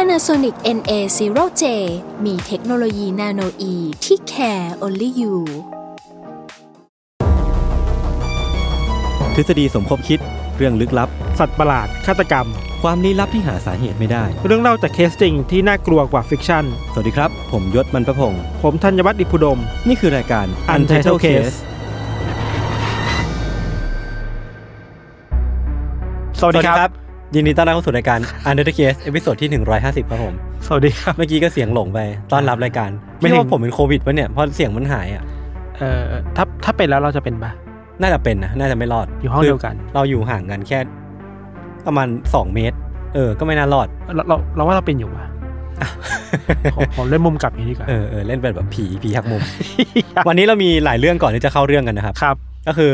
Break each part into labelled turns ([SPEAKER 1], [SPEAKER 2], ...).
[SPEAKER 1] Panasonic NA0J มีเทคโนโลยีนาโนอีที่ care only you
[SPEAKER 2] ทฤษฎีสมคบคิดเรื่องลึกลับ
[SPEAKER 3] สัตว์ประหลาด ฆาตกรรม
[SPEAKER 2] ความลี้ลับที่หาสาเหตุไม่ได้
[SPEAKER 3] เรื่องเล่าจากเคสจริงที่น่ากลัวกว่าฟิกชั่น
[SPEAKER 2] สวัสดีครับ ผมยศมันประพงศ์
[SPEAKER 3] ผมธัญวัฒน์อิพุดม
[SPEAKER 2] นี่คือรายการ
[SPEAKER 3] Untitled Case ส
[SPEAKER 2] ส
[SPEAKER 3] วั
[SPEAKER 2] วั
[SPEAKER 3] ส
[SPEAKER 2] ส
[SPEAKER 3] ดี
[SPEAKER 2] ดีค
[SPEAKER 3] ครั
[SPEAKER 2] รับ บ ยินดีต้อนรับเข้าสู่รายการ Untitled Case เอพิโซดที่ 150 ครับผม
[SPEAKER 3] สวัสดีครับ
[SPEAKER 2] เมื่อกี้ก็เสียงหลงไปต้อนรับรายการ
[SPEAKER 3] ไม่
[SPEAKER 2] ไม่
[SPEAKER 3] เห็น
[SPEAKER 2] ว่าผมเป็นโควิดปะเนี่ยเพราะเสียงมันหายอ่ะ
[SPEAKER 3] เอ่อถ้าถ้าเป็นแล้วเราจะเป็นปะ
[SPEAKER 2] น่าจะเป็นนะ น่าจะไม่รอด
[SPEAKER 3] อยู่ห้อง
[SPEAKER 2] คื
[SPEAKER 3] เดียวกัน
[SPEAKER 2] เราอยู่ห่างกันแค่ ประมาณ 2 เมตร เออ ก็ไม่น่ารอด
[SPEAKER 3] เราเราเราว่าเราเป็นอยู่ปะ ผมผมเล่นมุมกลับอย่างนี้ดีกว่า
[SPEAKER 2] เออเออเล่นเป็นแบบผีผีหัก มุม วันนี้เรามีหลายเรื่องก่อนที่จะเข้าเรื่องกันนะครับ
[SPEAKER 3] ครับ
[SPEAKER 2] ก็คือ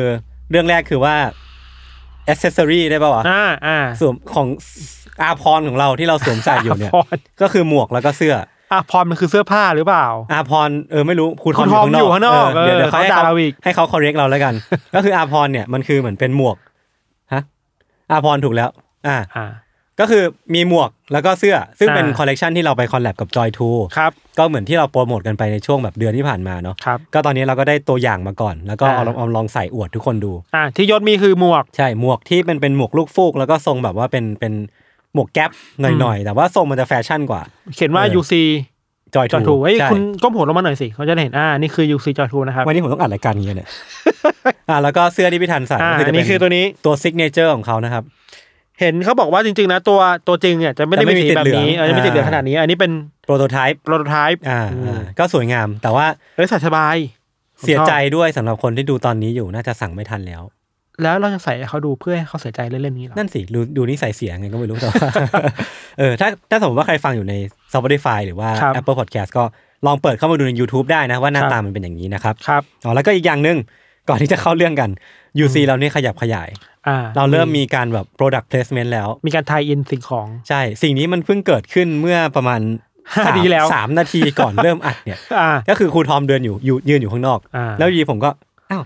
[SPEAKER 2] เรื่องแรกคือว่า accessory ได้ป่าวะ
[SPEAKER 3] อ่าอ่า
[SPEAKER 2] สวมของอาพรณ์ของเราที่เราสวมใส่อยู่เนี่ย
[SPEAKER 3] พร
[SPEAKER 2] ก็คือหมวกแล้วก็เสื้อ
[SPEAKER 3] อ่ะพรมันคือเสื้อผ้าหรือเปล่า
[SPEAKER 2] อาพรณ์เออไม่รู้ครูทอม
[SPEAKER 3] ครูทอมอยู่ข้างนอก
[SPEAKER 2] เเดี๋ยว
[SPEAKER 3] เออ
[SPEAKER 2] เดี๋ยวเขาให้
[SPEAKER 3] เขาด่า
[SPEAKER 2] เขา
[SPEAKER 3] เราอีก
[SPEAKER 2] ให้เขา correct เราแล้วกัน ก็คืออาพรณ์เนี่ยมันคือเหมือนเป็นหมวกฮะอาพรณ์ถูกแล้ว อ่า
[SPEAKER 3] อ่า
[SPEAKER 2] ก็คือมีหมวกแล้วก็เสื้อ ซึ่งเป็น
[SPEAKER 3] อ่า
[SPEAKER 2] คอลเลกชันที่เราไปคอลแลบกับ Joy
[SPEAKER 3] ครับ
[SPEAKER 2] 2ก็เหมือนที่เราโปรโมทกันไปในช่วงแบบเดือนที่ผ่านมาเนาะ
[SPEAKER 3] ครับ
[SPEAKER 2] ก็ตอนนี้เราก็ได้ตัวอย่างมาก่อน แล้วก็เอาลอง
[SPEAKER 3] อ่า
[SPEAKER 2] เอาลองใส่อวดทุกคนดู
[SPEAKER 3] อ่าที่ยศมีคือหมวก
[SPEAKER 2] ใช่หมวกที่เป็นเป็นหมวกลูกฟูก แล้วก็ทรงแบบว่าเป็นเป็นหมวกแก๊ปหน่อยๆ แต่ว่าทรงมันจะแฟชั่นกว่า
[SPEAKER 3] เขียนว่า
[SPEAKER 2] เออ
[SPEAKER 3] UC
[SPEAKER 2] จอย
[SPEAKER 3] จอทู
[SPEAKER 2] ทู
[SPEAKER 3] เอ้ย
[SPEAKER 2] ใช่
[SPEAKER 3] คุณก้มหัวลงมาหน่อยสิเขาจะได้เห็นอ่านี่คือ UC จอทูนะครับ
[SPEAKER 2] วันนี้ผมต้องอัดรายการอย่างเงี้ยเนี่ย อ่าแล้วก็เสื้อที่พี่ทันใส่
[SPEAKER 3] อ่า
[SPEAKER 2] ก็
[SPEAKER 3] อัน
[SPEAKER 2] จะ
[SPEAKER 3] นี้
[SPEAKER 2] เป็
[SPEAKER 3] คือตัวนี้
[SPEAKER 2] ตัวซิกเนเจอร์ของเขานะครับ
[SPEAKER 3] เห็นเขาบอกว่าจริงๆนะตัวตัวจริงเนี่ยจะไม่ได้
[SPEAKER 2] จะไม่
[SPEAKER 3] มี
[SPEAKER 2] มี
[SPEAKER 3] สี
[SPEAKER 2] ติด
[SPEAKER 3] แบบนี้
[SPEAKER 2] เหลือง
[SPEAKER 3] เออจะไม่ติดเหลือง
[SPEAKER 2] อ่า
[SPEAKER 3] ขนาดนี้ อันนี้เป็น
[SPEAKER 2] โปรโตไทป์
[SPEAKER 3] โปรโตไทป์
[SPEAKER 2] อ่าอ่าก็สวยงาม แต่ว่า
[SPEAKER 3] เอ้ยใส่สบายผมชอบ
[SPEAKER 2] เสียใจด้วยสำหรับคนที่ดูตอนนี้อยู่น่าจะสั่งไม่ทันแล้ว
[SPEAKER 3] แล้วเราจะใส่ให้เขาดูเพื่อให้เขาเสียใจเล่นๆนี้เหรอ
[SPEAKER 2] นั่นสิดูดูนิสัยเสียไงก็ไม่รู้ แต่ว่า เออถ้าถ้าสมมติว่าใครฟังอยู่ใน Spotify หรือว่า
[SPEAKER 3] ครับ
[SPEAKER 2] Apple Podcast ก็ลองเปิดเข้ามาดูใน YouTube ได้นะว่าหน้า
[SPEAKER 3] ครับ
[SPEAKER 2] ตามันเป็นอย่างนี้นะครับ
[SPEAKER 3] ครับ
[SPEAKER 2] อ๋อแล้วก็อีกอย่างหนึ่งก่อนที่จะเข้าเรื่องกัน UC เราเนี่ยขยับขยาย
[SPEAKER 3] อ่า
[SPEAKER 2] เราเริ่มมีการแบบ product placement แล้ว
[SPEAKER 3] มีการทายอินสิ่งของ
[SPEAKER 2] ใช่ สิ่งนี้มันเพิ่งเกิดขึ้นเมื่อประมาณ
[SPEAKER 3] ห้า
[SPEAKER 2] สม
[SPEAKER 3] ปีแล้ว
[SPEAKER 2] สามนาทีก่อนเริ่มอัด เนี่ย
[SPEAKER 3] อ่า
[SPEAKER 2] ก็คือครูทอมเดินอยู่อยู่ยืนอยู่ข้างนอก
[SPEAKER 3] อ่า
[SPEAKER 2] แล้วอยู่ดีผมก็อ้าว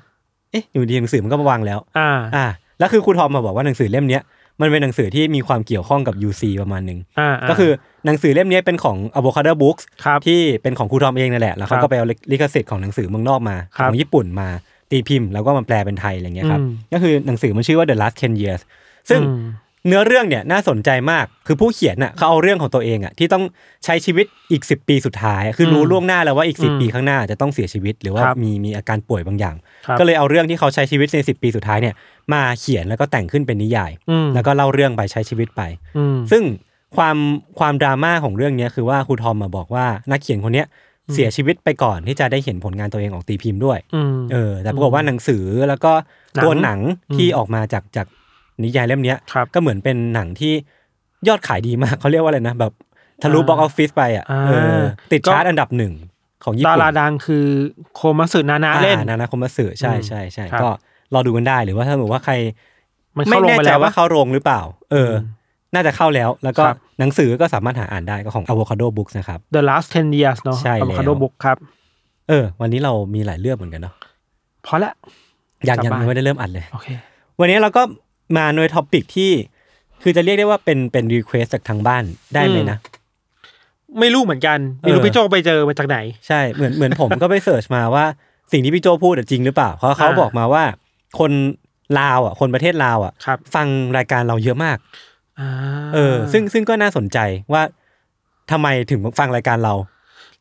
[SPEAKER 2] เอ๊ะอยู่ดีหนังสือมันก็มาวางแล้ว
[SPEAKER 3] อ่า
[SPEAKER 2] อ่า แล้วคือครูทอมมาบอกว่าหนังสือเล่มเนี้ยมันเป็นหนังสือที่มีความเกี่ยวข้องกับ UC ประมาณหนึ่ง
[SPEAKER 3] อ่า
[SPEAKER 2] ก็คือหนังสือเล่มเนี้ยเป็นของ Avocado Books
[SPEAKER 3] ครับ
[SPEAKER 2] ที่เป็นของครูทอมเองนั่นแหละ แล้วเขา
[SPEAKER 3] ครับ
[SPEAKER 2] ก็ไปเอาลิขสิทธิ์ของหนังสือเมืองนอกมา
[SPEAKER 3] ครั
[SPEAKER 2] ข
[SPEAKER 3] บ
[SPEAKER 2] องญี่ปุ่นมาตีพิมพ์แล้วก็มาแปลเป็นไทยอะไรเงี้ยครับ
[SPEAKER 3] อืม
[SPEAKER 2] ก็คือหนังสือมันชื่อว่า The Last 10 Years ซึ่ง
[SPEAKER 3] อืม
[SPEAKER 2] เนื้อเรื่องเนี่ยน่าสนใจมาก คือผู้เขียนน่ะเขาเอาเรื่องของตัวเองอ่ะที่ต้องใช้ชีวิตอีก 10 ปีสุดท้าย คือรู้ล่วงหน้าแล้วว่าอีก 10 ปีข้างหน้าจะต้องเสียชีวิต หรือว่ามีมีอาการป่วยบางอย่าง
[SPEAKER 3] ครับ
[SPEAKER 2] ก็เลยเอาเรื่องที่เขาใช้ชีวิตใน 10 ปีสุดท้ายเนี่ยมาเขียนแล้วก็แต่งขึ้นเป็นนิยาย
[SPEAKER 3] อืม
[SPEAKER 2] แล้วก็เล่าเรื่องไปใช้ชีวิตไป
[SPEAKER 3] อืม
[SPEAKER 2] ซึ่งความความดราม่าของเรื่องเนี้ยคือว่าครูทอมมาบอกว่านักเขียนคนเนี้ยเสียชีวิตไปก่อนที่จะได้เห็นผลงานตัวเองออกตีพิมพ์ด้วย
[SPEAKER 3] อืม
[SPEAKER 2] เออ แต่ปรากฏว่าหนังสือแล้วก็
[SPEAKER 3] หนัง
[SPEAKER 2] ตัวหนัง
[SPEAKER 3] อืม
[SPEAKER 2] ที่ออกมาจากจากนิยายเล่มเนี้ย
[SPEAKER 3] ครับ
[SPEAKER 2] ก็เหมือนเป็นหนังที่ยอดขายดีมาก เขาเรียกว่าอะไรนะ แบบทะลุ
[SPEAKER 3] อ่า
[SPEAKER 2] บ็อกออฟฟิศไปอ่ะ
[SPEAKER 3] อ่า
[SPEAKER 2] เออติด
[SPEAKER 3] ก็
[SPEAKER 2] ชาร์ตอันดับหนึ่งของญี่
[SPEAKER 3] ดา
[SPEAKER 2] ปุ่น
[SPEAKER 3] ราดังคือโคมัสึนานะเล่น
[SPEAKER 2] อ่านานาคมมาสื่อใช่ใช่ใช่
[SPEAKER 3] อืมครับ
[SPEAKER 2] ก็รอดูกันได้หรือว่าถ้าสมมติว่าใคร
[SPEAKER 3] มัน
[SPEAKER 2] ไม่
[SPEAKER 3] เข้าลง
[SPEAKER 2] แน่
[SPEAKER 3] ไป
[SPEAKER 2] ใจ
[SPEAKER 3] แล้ว
[SPEAKER 2] ว่า
[SPEAKER 3] ว่า
[SPEAKER 2] เข้าโรงหรือเปล่า เอออ
[SPEAKER 3] ม
[SPEAKER 2] น่าจะเข้าแล้ว แล้วก็
[SPEAKER 3] ครับ
[SPEAKER 2] หนังสือก็สามารถหาอ่านได้ก็ของ Avocado Books นะครับ
[SPEAKER 3] The Last 10 Years เนาะ
[SPEAKER 2] ใช่แล้ว
[SPEAKER 3] คาโดบุกครับ
[SPEAKER 2] เออ วันนี้เรามีหลายเรื่องเหมือนกันเนาะ
[SPEAKER 3] พอละ
[SPEAKER 2] ยัง
[SPEAKER 3] กลับ
[SPEAKER 2] ยัง
[SPEAKER 3] บ้าน
[SPEAKER 2] ยังไม่ได้เริ่มอัดเลย
[SPEAKER 3] โอเค
[SPEAKER 2] วันนี้เราก็มาในท็อปิกที่ คือจะเรียกได้ว่าเป็นเป็นรีเควสจากทางบ้านได้ไหมนะ
[SPEAKER 3] ไม่รู้เหมือนกันไม่รู้
[SPEAKER 2] เออ
[SPEAKER 3] พี่โจไปเจอมาจากไหน
[SPEAKER 2] ใช่ เหมือนเหมือนผมก็ไปเสิร์ชมาว่าสิ่งที่พี่โจพูดอะจริงหรือเปล่า เพราะเขา
[SPEAKER 3] อ่า
[SPEAKER 2] บอกมาว่าคนลาวอ่ะ คนประเทศลาวอ่ะ
[SPEAKER 3] ครับ
[SPEAKER 2] ฟังรายการเราเยอะมาก
[SPEAKER 3] อ่า
[SPEAKER 2] เออ ซึ่งซึ่งก็น่าสนใจว่าทำไมถึงฟังรายการเรา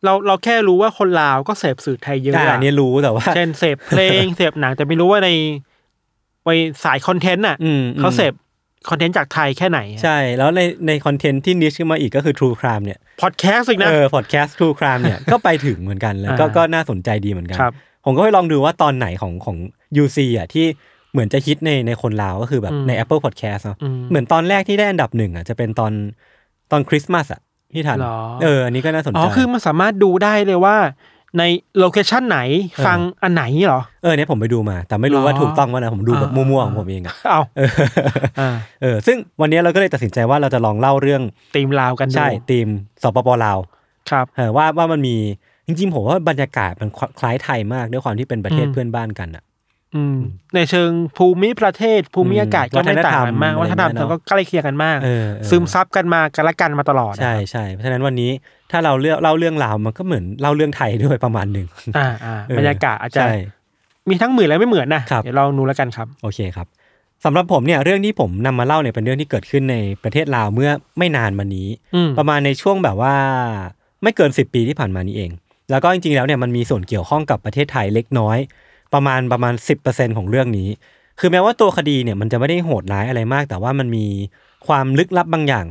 [SPEAKER 3] เราเราแค่รู้ว่าคนลาวก็เสพสื่อไทยเยอะ
[SPEAKER 2] อ่า
[SPEAKER 3] อะ
[SPEAKER 2] อันนี้รู้แต่ว่า
[SPEAKER 3] เช่นเส พเพลง เสพหนังแต่ไม่รู้ว่าในไปสายคอนเทนต์น่ะ
[SPEAKER 2] อืมอืม
[SPEAKER 3] เขาเสพคอนเทนต์จากไทยแค่ไหน
[SPEAKER 2] ใช่ แล้วในในคอนเทนต์ที่นิชขึ้นมาอีกก็คือ True Crime เนี่ย
[SPEAKER 3] พอดแคสต์อีกนะ
[SPEAKER 2] เออพอดแคสต์ True Crime เนี่ย ก็ไปถึงเหมือนกันแล้วก็
[SPEAKER 3] อ่า
[SPEAKER 2] ก็น่าสนใจดีเหมือนกัน
[SPEAKER 3] ครับ
[SPEAKER 2] ผมก็ไปลองดูว่าตอนไหนของของ UC อ่ะที่เหมือนจะฮิตในในคนลาวก็คือแบบ
[SPEAKER 3] อืม
[SPEAKER 2] ใน Apple Podcast เนาะ
[SPEAKER 3] อืม
[SPEAKER 2] เหมือนตอนแรกที่ได้อันดับหนึ่งอ่ะจะเป็นตอนตอนคริสต์มาสอ่ะ พี่ทัน
[SPEAKER 3] หรอ
[SPEAKER 2] เอออันนี้ก็น่าสน
[SPEAKER 3] อ๋
[SPEAKER 2] ใจ
[SPEAKER 3] อคือมันสามารถดูได้เลยว่า ในโลเคชันไหนฟังอันไหนเหรอ
[SPEAKER 2] เออเนี่ยผมไปดูมา แต่ไม่รู้
[SPEAKER 3] หรอ
[SPEAKER 2] ว่าถูกต้องว่านะผมดูแบบ
[SPEAKER 3] อ่า
[SPEAKER 2] มั่วๆของผมเองอะ
[SPEAKER 3] เอา
[SPEAKER 2] เออ
[SPEAKER 3] อ่า
[SPEAKER 2] เออซึ่งวันนี้เราก็เลยตัดสินใจว่าเราจะลองเล่าเรื่อง
[SPEAKER 3] ตีมลาวกันดู
[SPEAKER 2] ใช่ทีมสปปลาว
[SPEAKER 3] ครับ
[SPEAKER 2] เออว่าว่ามันมีจริงๆผมว่าบรรยากาศมันคลคล้ายไทยมากด้วยความที่เป็นประเทศ
[SPEAKER 3] อืม
[SPEAKER 2] เพื่อนบ้านกันอ่ะ
[SPEAKER 3] อืมในเชิงภูมิประเทศภูมิอากาศ
[SPEAKER 2] อืม
[SPEAKER 3] ก็ไม่ต่างกันมาก
[SPEAKER 2] วัฒ
[SPEAKER 3] วัฒ
[SPEAKER 2] น
[SPEAKER 3] น
[SPEAKER 2] ธ
[SPEAKER 3] ธ
[SPEAKER 2] ร
[SPEAKER 3] ร
[SPEAKER 2] รม
[SPEAKER 3] ร
[SPEAKER 2] อะ
[SPEAKER 3] ม
[SPEAKER 2] ไร
[SPEAKER 3] เราก็ใกล้เคียงกันมาก
[SPEAKER 2] เออเออ
[SPEAKER 3] ซึมซับกันมากันละกันมาตลอดอะ
[SPEAKER 2] ใช่ใช่เพราะฉะนั้นวันนี้ถ้าเราเลือกเล่าเรื่องราวมันก็เหมือนเล่าเรื่องไทยด้วยประมาณหนึ่ง
[SPEAKER 3] อ่าอ่า
[SPEAKER 2] เออบ
[SPEAKER 3] รรยากาศอาจจะ
[SPEAKER 2] ใช่
[SPEAKER 3] มีทั้งเหมือนและไม่เหมือนนะครับ เดี๋ยวเราดูแล้วกันครับ
[SPEAKER 2] โอเคครับสำหรับผมเนี่ยเรื่องที่ผมนำมาเล่าเนี่ยเป็นเรื่องที่เกิดขึ้นในประเทศลาวเมื่อไม่นานมานี้
[SPEAKER 3] อืม
[SPEAKER 2] ประมาณในช่วงแบบว่าไม่เกิน 10 ปีที่ผ่านมานี้เอง แล้วก็จริงๆแล้วเนี่ยมันมีส่วนเกี่ยวข้องกับประเทศไทยเล็กน้อย ประมาณประมาณ 10%ของเรื่องนี้ คือแม้ว่าตัวคดีเนี่ยมันจะไม่ได้โหดร้ายอะไรมาก แต่ว่ามันมีความลึกลับบางอย่าง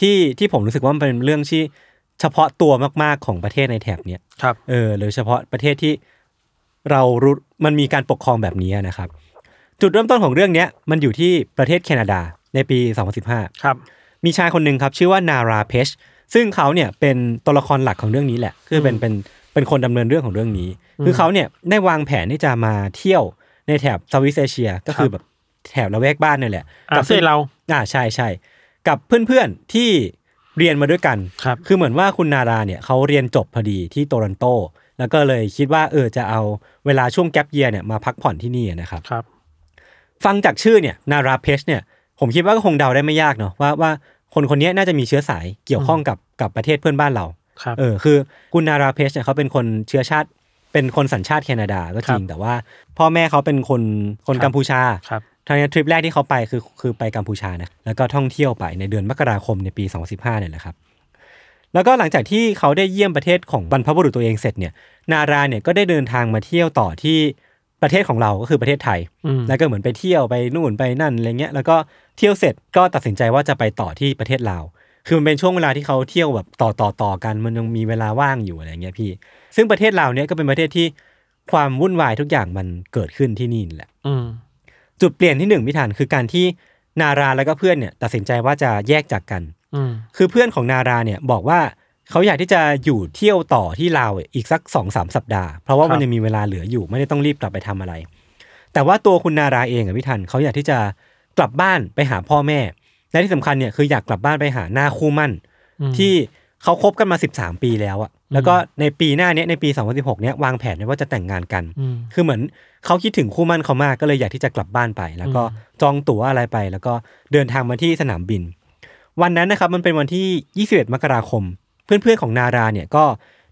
[SPEAKER 2] ที่ที่ผมรู้สึกว่ามันเป็นเรื่องที่เฉพาะตัวมากๆของประเทศในแถบเนี่ย
[SPEAKER 3] ครับ
[SPEAKER 2] เออหรือเฉพาะประเทศที่เรารู้มันมีการปกครองแบบนี้นะครับ จุดเริ่มต้นของเรื่องเนี้ยมันอยู่ที่ประเทศแคนาดาในปี 2015
[SPEAKER 3] ครับ
[SPEAKER 2] มีชายคนหนึ่งครับ ชื่อว่านาราเพช ซึ่งเขาเนี่ยเป็นตัวละครหลักของเรื่องนี้แหละ คือเป็นเป็นเป็นคนดำเนินเรื่องของเรื่องนี้ คือเขาเนี่ยได้วางแผนที่จะมาเที่ยวในแถบเซาท์อีสเอเชียก็คือแบบแถบละแวกบ้านนี่แหละ
[SPEAKER 3] อ่า
[SPEAKER 2] กั
[SPEAKER 3] เสร็จเรา
[SPEAKER 2] อ่าใช่ใช่กับเพื่อนๆที่เรียนมาด้วยกัน
[SPEAKER 3] ครับ
[SPEAKER 2] คือเหมือนว่าคุณนาราเนี่ยเขาเรียนจบพอดีที่โตรอนโต แล้วก็เลยคิดว่าเออจะเอาเวลาช่วงแก p เยียเนี่ยมาพักผ่อนที่นี่นะครับ
[SPEAKER 3] ครับ
[SPEAKER 2] ฟังจากชื่อเนี่ยนาราเพชเนี่ยผมคิดว่าก็คงเดาได้ไม่ยากเนาะว่าว่าคนคนนี้น่าจะมีเชื้อสายเกี่ยวข้องกับกับประเทศเพื่อนบ้านเรา
[SPEAKER 3] ครับ
[SPEAKER 2] เออคือคุณนาราเพชเนี่ยเขาเป็นคนเชื้อชาติเป็นคนสัญชาติแคนาดาก็จริง
[SPEAKER 3] ครับ
[SPEAKER 2] แต่ว่าพ่อแม่เขาเป็นคนคน
[SPEAKER 3] ครับ
[SPEAKER 2] กัมพูชา
[SPEAKER 3] ครับ
[SPEAKER 2] ทางนี้ทริปแรกที่เขาไปคือคือไปกัมพูชานะแล้วก็ท่องเที่ยวไปในเดือนมกราคมในปี 2015เนี่ยแหละครับ แล้วก็หลังจากที่เขาได้เยี่ยมประเทศของบรรพบุรุษตัวเองเสร็จเนี่ยนาราเนี่ยก็ได้เดินทางมาเที่ยวต่อที่ประเทศของเราก็คือประเทศไทย
[SPEAKER 3] อืม
[SPEAKER 2] แล้วก็เหมือนไปเที่ยวไปนู่นไปนั่นอะไรเงี้ยแล้วก็เที่ยวเสร็จก็ตัดสินใจว่าจะไปต่อที่ประเทศลาว คือมันเป็นช่วงเวลาที่เขาเที่ยวแบบต่อต่อต่อกันมันยังมีเวลาว่างอยู่อะไรเงี้ยพี่ ซึ่งประเทศลาวเนี่ยก็เป็นประเทศที่ความวุ่นวายทุกอย่างมันเกิดขึ้นที่นี่นี่แหละ
[SPEAKER 3] อืม
[SPEAKER 2] จุดเปลี่ยนที่หนึ่งพิธันคือการที่นาราแล้วก็เพื่อนเนี่ยตัดสินใจว่าจะแยกจากกัน
[SPEAKER 3] อืม
[SPEAKER 2] คือเพื่อนของนาราเนี่ยบอกว่าเขาอยากที่จะอยู่เที่ยวต่อที่ลาวอีกสักสองสามสัปดาห์ เพราะว่า
[SPEAKER 3] ครับ
[SPEAKER 2] มันยังมีเวลาเหลืออยู่ไม่ได้ต้องรีบกลับไปทำอะไร แต่ว่าตัวคุณนาราเองอะพี่ทันเขาอยากที่จะกลับบ้านไปหาพ่อแม่ และที่สำคัญเนี่ยคืออยากกลับบ้านไปหาหน้าคู่มั่น
[SPEAKER 3] อืม
[SPEAKER 2] ที่เขาคบกันมา 13 ปีแล้วอะแล้วก็ในปีหน้าเนี้ยในปี 2016เนี้ยวางแผนไว้ว่าจะแต่งงานกัน
[SPEAKER 3] อืม
[SPEAKER 2] คือเหมือนเขาคิดถึงคู่มั่นเขามากก็เลยอยากที่จะกลับบ้านไป แล้วก็จองตั๋วอะไรไป แล้วก็เดินทางมาที่สนามบิน วันนั้นนะครับมันเป็นวันที่ 21 มกราคม เพื่อนๆของนาราเนี่ยก็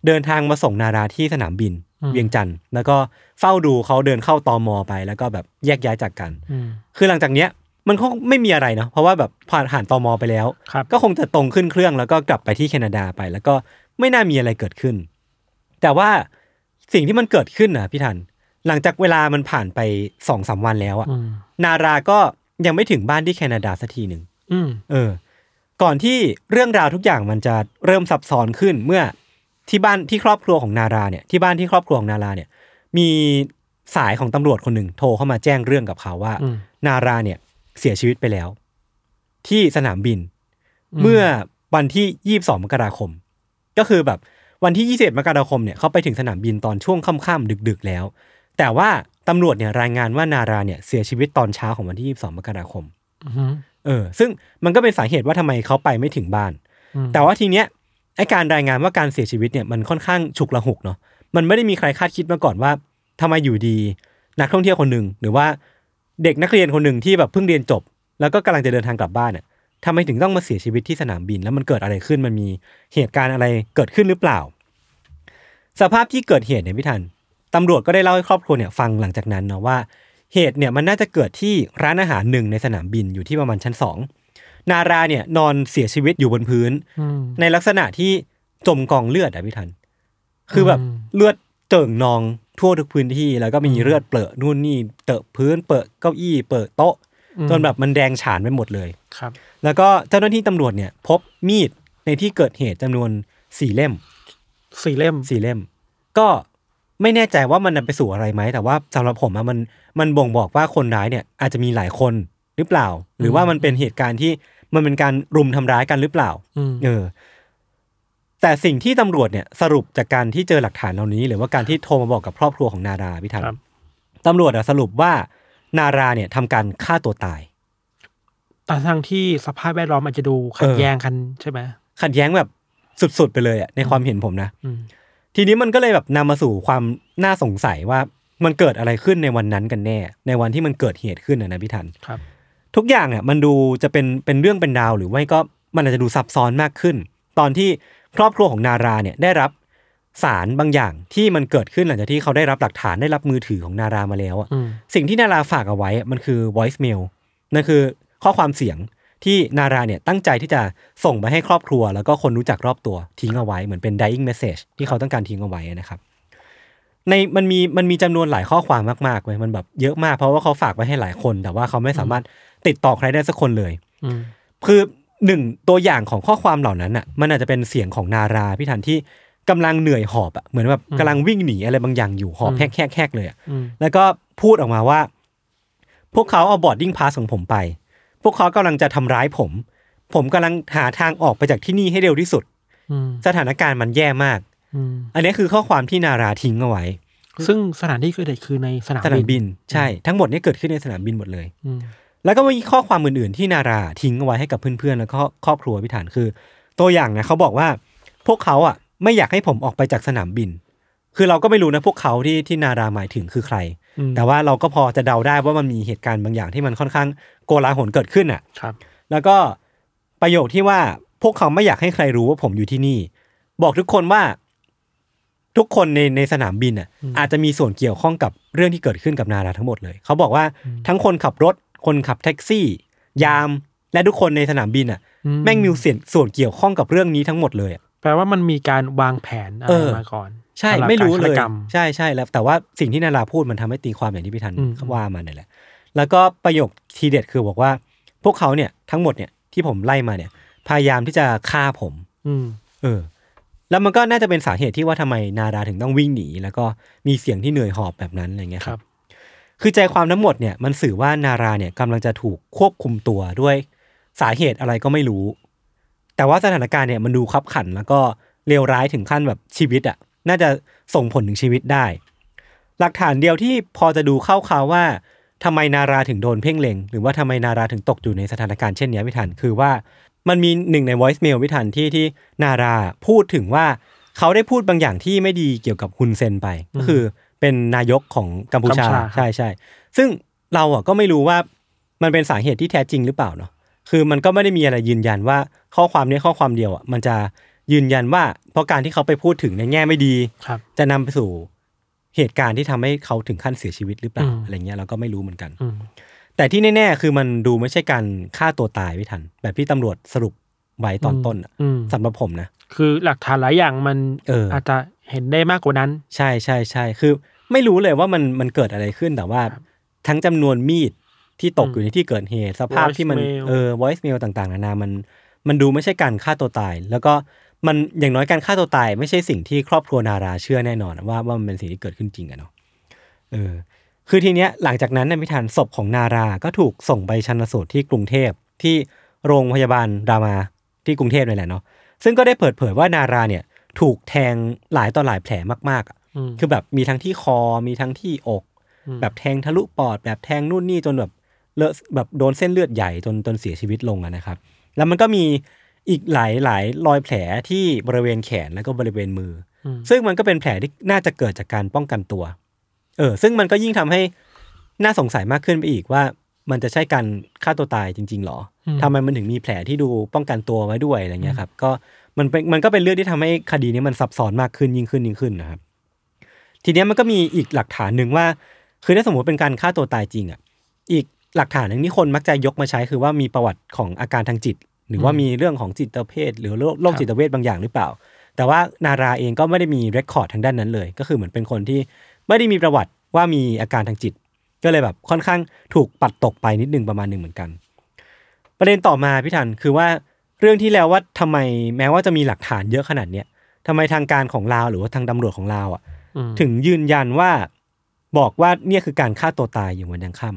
[SPEAKER 2] เดินทางมาส่งนาราที่สนามบิน
[SPEAKER 3] อืม
[SPEAKER 2] เวียงจันทร์แล้วก็เฝ้าดูเขาเดินเข้าตอมอไป แล้วก็แบบแยกย้ายจากกัน
[SPEAKER 3] อืม
[SPEAKER 2] คือหลังจากเนี้ยมันคงไม่มีอะไรเนาะเพราะว่าแบบผ่านผ่านตอมอไปแล้ว
[SPEAKER 3] ครับ
[SPEAKER 2] ก็คงจะตรงขึ้นเครื่องแล้วก็กลับไปที่แคนาดาไป แล้วก็ไม่น่ามีอะไรเกิดขึ้น แต่ว่าสิ่งที่มันเกิดขึ้นนะพี่ทัน หลังจากเวลามันผ่านไปสองสามวันแล้วอะ
[SPEAKER 3] อืม
[SPEAKER 2] นาราก็ยังไม่ถึงบ้านที่แคนาดาสักทีหนึ่ง
[SPEAKER 3] อืม
[SPEAKER 2] เออ ก่อนที่เรื่องราวทุกอย่างมันจะเริ่มซับซ้อนขึ้นเมื่อที่บ้านที่ครอบครัวของนาราเนี่ยที่บ้านที่ครอบครัวของนาราเนี่ย มีสายของตำรวจคนหนึ่งโทรเข้ามาแจ้งเรื่องกับเขาว่า
[SPEAKER 3] อืม
[SPEAKER 2] นาราเนี่ยเสียชีวิตไปแล้ว ที่สนามบิน เมื่อวันที่ 22 มกราคม ก็คือแบบวันที่ 21 มกราคมเนี่ยเขาไปถึงสนามบินตอนช่วงค่ำๆดึก ๆ แล้ว แต่ว่าตำรวจเนี่ยรายงานว่านาราเนี่ยเสียชีวิตตอนเช้าของวันที่ 22 มกราคม
[SPEAKER 3] อืม
[SPEAKER 2] เออ ซึ่งมันก็เป็นสาเหตุว่าทำไมเขาไปไม่ถึงบ้าน
[SPEAKER 3] อืม
[SPEAKER 2] แต่ว่าทีเนี้ยไอการรายงานว่าการเสียชีวิตเนี่ยมันค่อนข้างฉุกละหุกเนาะ มันไม่ได้มีใครคาดคิดมาก่อนว่าทำไมอยู่ดี นักท่องเที่ยวคนหนึ่งหรือว่าเด็กนักเรียนคนหนึ่งที่แบบเพิ่งเรียนจบ แล้วก็กำลังจะเดินทางกลับบ้านเนี่ยทำไมถึงต้องมาเสียชีวิตที่สนามบิน แล้วมันเกิดอะไรขึ้นมันมีเหตุการณ์อะไรเกิดขึ้นหรือเปล่า สภาพที่เกิดเหตุเนี่ยพี่ทันตำรวจก็ได้เล่าให้ครอบครัวเนี่ยฟังหลังจากนั้นเนาะว่า เหตุเนี่ยมันน่าจะเกิดที่ร้านอาหารหนึ่งในสนามบินอยู่ที่ประมาณชั้นสองนาราเนี่ยนอนเสียชีวิตอยู่บนพื้น
[SPEAKER 3] อืม
[SPEAKER 2] ในลักษณะที่จมกองเลือดอะพี่ทัน คือแบบ
[SPEAKER 3] อืม
[SPEAKER 2] เลือดเจิ่งนองทั่วทุกพื้นที่แล้วก็มีเลือดเปรอะนู่นนี่เตอะพื้นเปรอะเก้าอี้เปรอะโต๊ะจนแบบมันแดงฉานไปหมดเลย
[SPEAKER 3] ครับ
[SPEAKER 2] แล้วก็เจ้าหน้าที่ตำรวจเนี่ยพบมีดในที่เกิดเหตุจำนวนสี่เล่ม
[SPEAKER 3] สี่เล่ม
[SPEAKER 2] สี่เล่ม ก็ไม่แน่ใจว่ามันนำไปสู่อะไรไหม แต่ว่าสำหรับผมอะมันมันบ่งบอกว่าคนร้ายเนี่ยอาจจะมีหลายคนหรือเปล่า หรือว่ามันเป็นเหตุการณ์ที่มันเป็นการรุมทำร้ายกันหรือเปล่า
[SPEAKER 3] อืม
[SPEAKER 2] เออ แต่สิ่งที่ตำรวจเนี่ยสรุปจากการที่เจอหลักฐานเหล่านี้ หรือว่าการที่โทรมาบอกกับครอบครัวของนาราพี่ทัน
[SPEAKER 3] ครับ
[SPEAKER 2] ตำรวจอะสรุปว่านาราเนี่ยทำการฆ่าตัวตาย
[SPEAKER 3] แต่ทั้งที่สภาพแวดล้อมอาจจะดูขัด
[SPEAKER 2] เออ
[SPEAKER 3] แย้งกันใช่ไหม
[SPEAKER 2] ขัดแย้งแบบสุดๆไปเลยอะในความเห็นผมนะ
[SPEAKER 3] อืม
[SPEAKER 2] ทีนี้มันก็เลยแบบนำมาสู่ความน่าสงสัยว่ามันเกิดอะไรขึ้นในวันนั้นกันแน่ ในวันที่มันเกิดเหตุขึ้นนะนะพี่ทัน
[SPEAKER 3] ครับ
[SPEAKER 2] ทุกอย่างเนี่ยมันดูจะเป็นเป็นเรื่องเป็นราวหรือไม่ก็มันอาจจะดูซับซ้อนมากขึ้น ตอนที่ครอบครัวของนาราเนี่ยได้รับสารบางอย่างที่มันเกิดขึ้นหลังจากที่เขาได้รับหลักฐานได้รับมือถือของนารามาแล้วอะ
[SPEAKER 3] อืม
[SPEAKER 2] สิ่งที่นาราฝากเอาไว้อะมันคือ voice mail นั่นคือข้อความเสียงที่นาราเนี่ยตั้งใจที่จะส่งไปให้ครอบครัว แล้วก็คนรู้จักรอบตัวทิ้งเอาไว้เหมือนเป็น dying message ที่เขาต้องการทิ้งเอาไว้นะครับ ในมันมีมันมีจำนวนหลายข้อความมากๆเว้ยมันแบบเยอะมากเพราะว่าเขาฝากไว้ให้หลายคน แต่ว่าเขาไม่สามารถติดต่อใครได้สักคนเลย
[SPEAKER 3] อืม
[SPEAKER 2] คือหนึ่งตัวอย่างของข้อความเหล่านั้นอ่ะ มันอาจจะเป็นเสียงของนาราพี่ทันที่กำลังเหนื่อยหอบอ่ะเหมือนแบบกำลังวิ่งหนีอะไรบางอย่างอยู่หอบ
[SPEAKER 3] อืม
[SPEAKER 2] แฮกๆแฮกๆเลยอะ
[SPEAKER 3] อืม
[SPEAKER 2] แล้วก็พูดออกมาว่า พวกเขาเอาบอร์ดดิ้งพาสของผมไป พวกเขากำลังจะทำร้ายผม ผมกำลังหาทางออกไปจากที่นี่ให้เร็วที่สุด
[SPEAKER 3] อืม
[SPEAKER 2] สถานการณ์มันแย่มาก
[SPEAKER 3] อืม
[SPEAKER 2] อันนี้คือข้อความที่นาราทิ้งเอาไว้
[SPEAKER 3] ซึ่งสถานที่เกิดเหตุคือในสนาม
[SPEAKER 2] สนาม
[SPEAKER 3] บิน
[SPEAKER 2] บิน ใช่ทั้งหมดนี้เกิดขึ้นในสนามบินหมดเลย
[SPEAKER 3] อืม
[SPEAKER 2] แล้วก็มีข้อความอื่น ๆ ที่นาราทิ้งเอาไว้ให้กับเพื่อน ๆ แล้วก็ครอบครัวพิฐานคือ ตัวอย่างนะเขาบอกว่า พวกเขาอ่ะไม่อยากให้ผมออกไปจากสนามบิน คือเราก็ไม่รู้นะพวกเขาที่ที่นาราหมายถึงคือใคร
[SPEAKER 3] อืม
[SPEAKER 2] แต่ว่าเราก็พอจะเดาได้ว่ามันมีเหตุการณ์บางอย่างที่มันค่อนข้างโกลาหลเกิดขึ้นอ่ะ
[SPEAKER 3] ครับ
[SPEAKER 2] แล้วก็ประโยคที่ว่าพวกเขาไม่อยากให้ใครรู้ว่าผมอยู่ที่นี่ บอกทุกคนว่าทุกคนในในสนามบินอ่ะ อาจจะมีส่วนเกี่ยวข้องกับเรื่องที่เกิดขึ้นกับนาราทั้งหมดเลย เขาบอกว่าทั้งคนขับรถ คนขับแท็กซี่ ยาม และทุกคนในสนามบินอ่ะ
[SPEAKER 3] อืม
[SPEAKER 2] แม่งมีส่วนส่วนเกี่ยวข้องกับเรื่องนี้ทั้งหมดเลยอะ
[SPEAKER 3] แปลว่ามันมีการวางแผนอะ
[SPEAKER 2] เอ
[SPEAKER 3] ไร
[SPEAKER 2] อ
[SPEAKER 3] มาก่อน
[SPEAKER 2] ใช่
[SPEAKER 3] สำหบ
[SPEAKER 2] ไม่รู้
[SPEAKER 3] กาฆา
[SPEAKER 2] เล
[SPEAKER 3] ต
[SPEAKER 2] ย
[SPEAKER 3] กรรม
[SPEAKER 2] ใช่ใช่แล้วแต่ว่าสิ่งที่นาราพูดมันทำให้ตีความอย่างที่พี่ทัน
[SPEAKER 3] อืม
[SPEAKER 2] ว่ามาเนี่ยแหละ แล้วก็ประโยคทีเด็ดคือบอกว่า พวกเขาเนี่ยทั้งหมดเนี่ยที่ผมไล่มาเนี่ย พยายามที่จะฆ่าผม
[SPEAKER 3] อืม
[SPEAKER 2] เออ แล้วมันก็น่าจะเป็นสาเหตุที่ว่าทำไมนาดาถึงต้องวิ่งหนี แล้วก็มีเสียงที่เหนื่อยหอบแบบนั้นอะไรเงี้ยครับ คือใจความทั้งหมดเนี่ยมันสื่อว่านาราเนี่ยกำลังจะถูกควบคุมตัวด้วยสาเหตุอะไรก็ไม่รู้ แต่ว่าสถานการณ์เนี่ยมันดูขับขัน แล้วก็เลวร้ายถึงขั้นแบบชีวิตอะ่ะ น่าจะส่งผลถึงชีวิตได้ หลักฐานเดียวที่พอจะดูเข้าข่าวว่าทำไมนาราถึงโดนเพ่งเล็ง หรือว่าทำไมนาราถึงตกอยู่ในสถานการณ์เช่นเนี้ยพิทันคือว่ามันมีหนึ่งใน voice mail พิทันที่ที่นาราพูดถึงว่าเขาได้พูดบางอย่างที่ไม่ดีเกี่ยวกับฮุนเซนไป ก็คือเป็นนายกของกัมพูชา
[SPEAKER 3] กัมพูชาครับ
[SPEAKER 2] ใช่ใช่ซึ่งเราอ่ะก็ไม่รู้ว่ามันเป็นสาเหตุที่แท้จริงหรือเปล่าเนาะคือมันก็ไม่ได้มีอะไรยืนยันว่าข้อความเนี้ยข้อความเดียวอ่ะมันจะยืนยันว่าเพราะการที่เขาไปพูดถึงในแง่ไม่ดี
[SPEAKER 3] ครับ
[SPEAKER 2] จะนำไปสู่เหตุการณ์ที่ทำให้เขาถึงขั้นเสียชีวิตหรือเปล่า
[SPEAKER 3] อืม
[SPEAKER 2] อะไรเงี้ยเราก็ไม่รู้เหมือนกัน
[SPEAKER 3] อืม
[SPEAKER 2] แต่ที่แน่ๆ คือมันดูไม่ใช่การฆ่าตัวตายไม่ทัน แบบที่ตำรวจสรุปไว้ตอนต้นอะ
[SPEAKER 3] อืม
[SPEAKER 2] สำหรับผมนะ
[SPEAKER 3] คือหลักฐานหลายอย่างมัน
[SPEAKER 2] เอออ
[SPEAKER 3] จจะเห็นได้มากกว่านั้น
[SPEAKER 2] ใช่ใช่ใช่คือไม่รู้เลยว่ามันมันเกิดอะไรขึ้นแต่ว่า ทั้งจำนวนมีดที่ตก
[SPEAKER 3] อืม
[SPEAKER 2] อยู่ในที่เกิดเหตุ สภาพ
[SPEAKER 3] Voice
[SPEAKER 2] ที่มันเออ voice mail ต่างๆนานามันมันดูไม่ใช่การฆ่าตัวตาย แล้วก็มันอย่างน้อยการฆ่าตัวตาย ไม่ใช่สิ่งที่ครอบครัวนาราเชื่อแน่นอนอะว่าว่ามันเป็นสิ่งที่เกิดขึ้นจริงอะเนาะเออ คือทีเนี้ยหลังจากนั้นนายพิธันศพของนาราก็ถูกส่งไปชันสูตรที่กรุงเทพที่โรงพยาบาลรามาที่กรุงเทพเลยแหละเนาะซึ่งก็ได้เปิดเผยว่านาราเนี่ยถูกแทงหลายต่อหลายแผลมากๆอะ
[SPEAKER 3] อืม
[SPEAKER 2] คือแบบมีทั้งที่คอมีทั้งที่อก
[SPEAKER 3] อืม
[SPEAKER 2] แบบแทงทะลุปอด แบบแทงนู่นนี่จนแบบเลอะแบบโดนเส้นเลือดใหญ่จนจนเสียชีวิตลงอะนะครับ แล้วมันก็มีอีกหลายหลายรอยแผลที่บริเวณแขนแล้วก็บริเวณมืออ
[SPEAKER 3] ม
[SPEAKER 2] ซึ่งมันก็เป็นแผลที่น่าจะเกิดจากการป้องกันตัว เออ ซึ่งมันก็ยิ่งทำให้น่าสงสัยมากขึ้นไปอีกว่า มันจะใช่การฆ่าตัวตายจริง ๆหรออทำไมมันถึงมีแผลที่ดูป้องกันตัวไว้ด้วยอะไรเงี้ยครับก็มันเป็นมันก็เป็นเรื่องที่ทำให้คดีนี้มันซับซ้อนมากขึ้นยิ่งขึ้นยิ่งขึ้นนะครับ ทีเนี้ยมันก็มีอีกหลักฐานหนึ่งว่า คือถ้าสมมติเป็นการฆ่าตัวตายจริงอ่ะ อีกหลักฐานหนึ่งที่คนมักจะยกมาใช้คือว่ามีประวัติของอาการทางจิต หรือว่ามีเรื่องของจิตเภทหรือโรคโรคจิตเวทบางอย่างหรือเปล่า แต่ว่านาราเองก็ไม่ได้มีเรคคอร์ดทางด้านนั้นเลย ก็คือเหมือนเป็นคนที่ไม่ได้มีประวัติว่ามีอาการทางจิต ก็เลยแบบค่อนข้างถูกปัดตกไปนิดนึงประมาณหนึ่งเหมือนกัน ประเด็นต่อมาพี่ทันคือว่าเรื่องที่แล้วว่าทำไมแม้ว่าจะมีหลักฐานเยอะขนาดเนี้ยทำไมทางการของลาวหรือว่าทางตำรวจของลาวอ่ะ
[SPEAKER 3] อืม
[SPEAKER 2] ถึงยืนยันว่าบอกว่าเนี่ยคือการฆ่าตัวตายอยู่วันยังค่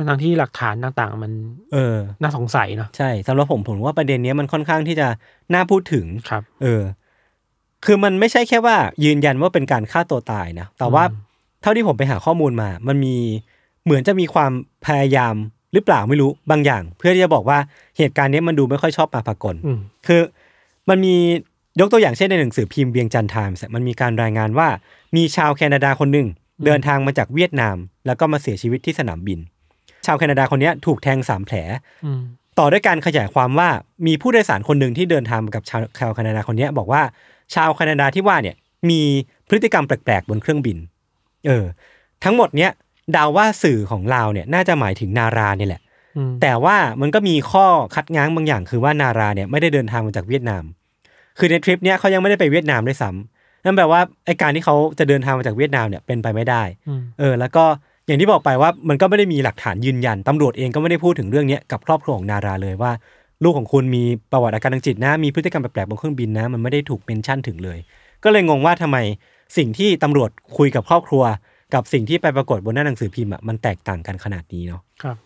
[SPEAKER 3] ทั้งๆที่หลักฐานต่างๆ มัน
[SPEAKER 2] ำเออ
[SPEAKER 3] น่าสงสัยเนาะ
[SPEAKER 2] ใช่สำหรับผมผมว่าประเด็นเนี้ยมันค่อนข้างที่จะน่าพูดถึง
[SPEAKER 3] ครับ
[SPEAKER 2] เออ คือมันไม่ใช่แค่ว่ายืนยันว่าเป็นการฆ่าตัวตายนะ แต่ว่าเท่าที่ผมไปหาข้อมูลมา มันมีเหมือนจะมีความพยายามหรือเปล่าไม่รู้บางอย่าง เพื่อที่จะบอกว่าเหตุการณ์เนี้ยมันดูไม่ค่อยชอบมาพากล
[SPEAKER 3] อืม
[SPEAKER 2] คือมันมียกตัวอย่างเช่นในหนังสือพิมพ์เบียงจันทร์ไทมส์มันมีการรายงานว่ามีชาวแคนาดาคนหนึ่งเดินทางมาจากเวียดนาม แล้วก็มาเสียชีวิตที่สนามบิน ชาวแคนาดาคนเนี้ยถูกแทงสามแผล
[SPEAKER 3] อืม
[SPEAKER 2] ต่อด้วยการขยายความว่ามีผู้โดยสารคนหนึ่งที่เดินทางมากับชาวชาวแคนาดาคนเนี้ยบอกว่าชาวแคนาดาที่ว่าเนี่ยมีพฤติกรรมแปลกๆบนเครื่องบิน เออ ทั้งหมดเนี้ยเดาวว่าสื่อของลาวเนี่ยน่าจะหมายถึงนาราเนี่ยแหละ
[SPEAKER 3] อืม
[SPEAKER 2] แต่ว่ามันก็มีข้อคัดง้างบางอย่างคือว่านาราเนี่ยไม่ได้เดินทางมาจากเวียดนาม คือในทริปเนี้ยเขายังไม่ได้ไปเวียดนามด้วยซ้ำนั่นแปลว่าไอการที่เขาจะเดินทางมาจากเวียดนามเนี่ยเป็นไปไม่ได้
[SPEAKER 3] อืม
[SPEAKER 2] เออแล้วก็อย่างที่บอกไปว่ามันก็ไม่ได้มีหลักฐานยืนยันตำรวจเองก็ไม่ได้พูดถึงเรื่องเนี้ยกับครอบครัวของนาราเลยว่า ลูกของคุณมีประวัติอาการทางจิตนะมีพฤติกรรมแปลกๆบนเครื่องบินนะ มันไม่ได้ถูกเมนชั่นถึงเลย ก็เลยงงว่าทำไมสิ่งที่ตำรวจคุยกับครอบครัว กับสิ่งที่ไปปรากฏบนหน้าหนังสือพิมพ์อะมันแตกต่างกันขนาดนี้เนาะ
[SPEAKER 3] ครับ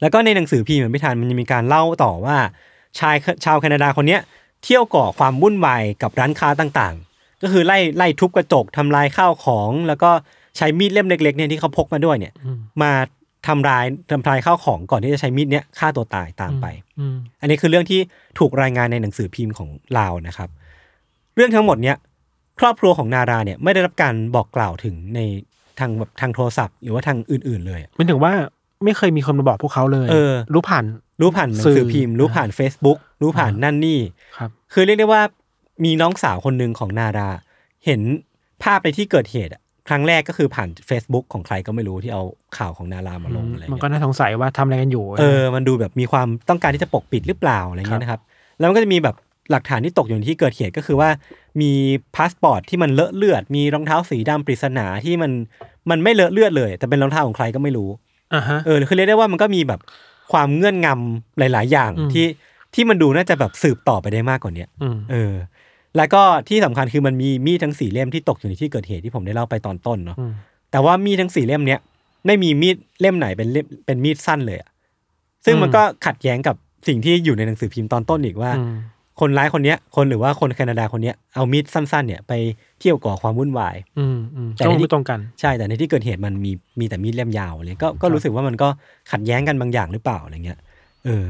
[SPEAKER 2] แล้วก็ในหนังสือพิมพ์พิธานมันยังมีการเล่าต่อว่า ชายชาวแคนาดาคนเนี้ยเที่ยวก่อความวุ่นวายกับร้านค้าต่างๆ ก็คือไล่ไล่ทุบกระจกทำลายข้าวของ แล้วก็ใช้มีดเล่มเล็กๆเนี่ยที่เขาพกมาด้วยเนี่ย
[SPEAKER 3] อืม
[SPEAKER 2] มาทำลายทำลายข้าวของก่อนที่จะใช้มีดเนี่ยฆ่าตัวตายตามไป
[SPEAKER 3] อืม
[SPEAKER 2] อันนี้คือเรื่องที่ถูกรายงานในหนังสือพิมพ์ของลาวนะครับ เรื่องทั้งหมดเนี่ยครอบครัวของนาราเนี่ยไม่ได้รับการบอกกล่าวถึงในทางแบบทางโทรศัพท์ หรือว่าทางอื่น ๆ เลยอะ
[SPEAKER 3] มันถึงว่าไม่เคยมีคนมาบอกพวกเขาเลย
[SPEAKER 2] เออ
[SPEAKER 3] รู้ผ่าน
[SPEAKER 2] รู้ผ่านหนังสือพิมพ์
[SPEAKER 3] สื่อ
[SPEAKER 2] รู้ผ่าน Facebook รู้ผ่าน
[SPEAKER 3] อ่านั่
[SPEAKER 2] นั่นนี่
[SPEAKER 3] ครับ
[SPEAKER 2] คือเรียกได้ว่ามีน้องสาวคนหนึ่งของนาดา เห็นภาพในที่เกิดเหตุอะครั้งแรกก็คือผ่าน Facebook ของใครก็ไม่รู้ที่เอาข่าวของนารามาลงอะไร
[SPEAKER 3] มัน
[SPEAKER 2] เงี้ย
[SPEAKER 3] ก็น่าสงสัยว่าทำอะไรกันอยู่
[SPEAKER 2] เออ มันดูแบบมีความต้องการที่จะปกปิดหรือเปล่าอะไรเงี้ยนะครับ แล้วมันก็จะมีแบบหลักฐานที่ตกอยู่ในที่เกิดเหตุก็คือว่า มีพาสปอร์ตที่มันเลอะเลือด มีรองเท้าสีดำปริศนาที่มันมันไม่เลอะเลือดเลย แต่เป็นรองเท้าของใครก็ไม่รู้
[SPEAKER 3] อ่าฮะ
[SPEAKER 2] เออคือเรียกได้ว่ามันก็มีแบบความเงื่อนงำหลาย ๆ อย่าง
[SPEAKER 3] อืม
[SPEAKER 2] ที่ที่มันดูน่าจะแบบสืบต่อไปได้มากกว่าเนี้ย
[SPEAKER 3] อืม
[SPEAKER 2] เออ แล้วก็ที่สำคัญคือมันมีมีดทั้งสี่เล่มที่ตกอยู่ในที่เกิดเหตุที่ผมได้เล่าไปตอนต้นเนาะ
[SPEAKER 3] อืม
[SPEAKER 2] แต่ว่ามีดทั้งสี่เล่มเนี้ยไม่มีมีดเล่มไหนเป็นเล่มเป็นมีดสั้นเลยอะซึ่งมันก็ขัดแย้งกับสิ่งที่อยู่ในหนังสือพิมพ์ตอนต้นอีกว่า
[SPEAKER 3] อืม
[SPEAKER 2] คนร้ายคนเนี้ยคนหรือว่าคนแคนาดาคนเนี้ยเอามีดสั้น ๆ เนี่ยไปเที่ยวก่อความวุ่นวาย
[SPEAKER 3] อืมอืม
[SPEAKER 2] แต่
[SPEAKER 3] ก็
[SPEAKER 2] ในที่
[SPEAKER 3] ไม่ตรงกัน
[SPEAKER 2] ใช่แต่ในที่เกิดเหตุมันมีมีแต่มีดเล่มยาวเลยก็ก็รู้สึกว่ามันก็ขัดแย้งกันบางอย่างหรือเปล่าอะไรเงี้ยเออ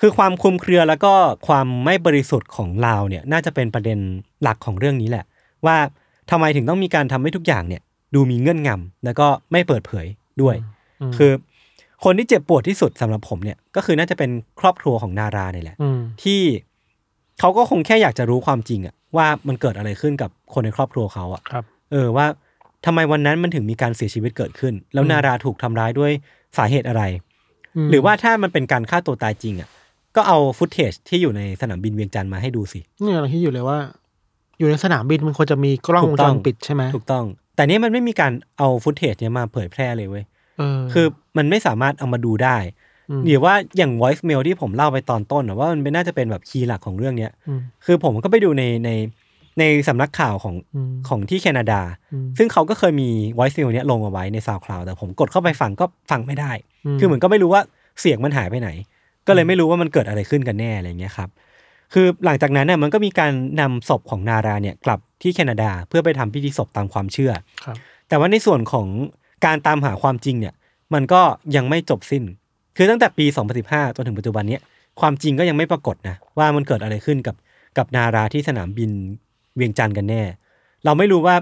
[SPEAKER 2] คือความคลุมเครือแล้วก็ความไม่บริสุทธิ์ของลาวเนี่ยน่าจะเป็นประเด็นหลักของเรื่องนี้แหละ ว่าทำไมถึงต้องมีการทำให้ทุกอย่างเนี่ย ดูมีเงื่อนงำแล้วก็ไม่เปิดเผยด้วย
[SPEAKER 3] อืม
[SPEAKER 2] คือคนที่เจ็บปวดที่สุดสำหรับผมเนี่ยก็คือน่าจะเป็นครอบครัวของนาราเนี่ยแหละ
[SPEAKER 3] อืม
[SPEAKER 2] ที่เขาก็คงแค่อยากจะรู้ความจริงอะว่ามันเกิดอะไรขึ้นกับคนในครอบครัวเขาอะ
[SPEAKER 3] ครับ
[SPEAKER 2] เออว่าทำไมวันนั้นมันถึงมีการเสียชีวิตเกิดขึ้น แล้ว
[SPEAKER 3] อืม
[SPEAKER 2] นาราถูกทำร้ายด้วยสาเหตุอะไร หรือว่าถ้ามันเป็นการฆ่าตัวตายจริงอ่ะก็เอาฟุตเทจที่อยู่ในสนามบินเวียงจันทร์มาให้ดูสิ
[SPEAKER 3] เนี่ยเราคิดอยู่เลยว่า อยู่ในสนามบินมันควรจะมีกล้อง
[SPEAKER 2] ถู
[SPEAKER 3] ว
[SPEAKER 2] ก
[SPEAKER 3] ง
[SPEAKER 2] ต้
[SPEAKER 3] จ
[SPEAKER 2] อง
[SPEAKER 3] รปิดใช่ไหม
[SPEAKER 2] ถูกต้อง แต่เนี่ยมันไม่มีการเอาฟุตเทจเนี่ยมาเผยแพร่เลยเว้ย
[SPEAKER 3] เออ
[SPEAKER 2] คือมันไม่สามารถเอามาดูได้
[SPEAKER 3] อืม
[SPEAKER 2] หรือว่าอย่าง voice mail ที่ผมเล่าไปตอนต้นนะว่ามันเป็นน่าจะเป็นแบบคีย์หลักของเรื่องเนี้ย
[SPEAKER 3] อืม
[SPEAKER 2] คือผมก็ไปดูในในในสำนักข่าวของ
[SPEAKER 3] อืม
[SPEAKER 2] ของที่แคนาดา
[SPEAKER 3] อืม
[SPEAKER 2] ซึ่งเขาก็เคยมี voice mail เนี้ยลงเอาไว้ใน SoundCloud แต่ผมกดเข้าไปฟังก็ฟังไม่ได้ คือเหมือนก็ไม่รู้ว่าเสียงมันหายไปไหน ก็เลยไม่รู้ว่ามันเกิดอะไรขึ้นกันแน่อะไรเงี้ยครับ คือหลังจากนั้นน่ะมันก็มีการนำศพของนาราเนี่ยกลับที่แคนาดาเพื่อไปทำพิธีศพตามความเชื่อ
[SPEAKER 3] ครับ
[SPEAKER 2] แต่ว่าในส่วนของการตามหาความจริงเนี่ย มันก็ยังไม่จบสิ้น คือตั้งแต่ปี 2015 จนถึงปัจจุบันเนี้ยความจริงก็ยังไม่ปรากฏนะว่ามันเกิดอะไรขึ้นกับกับนาราที่สนามบินเวียงจันทร์กันแน่ เราไม่รู้ว่า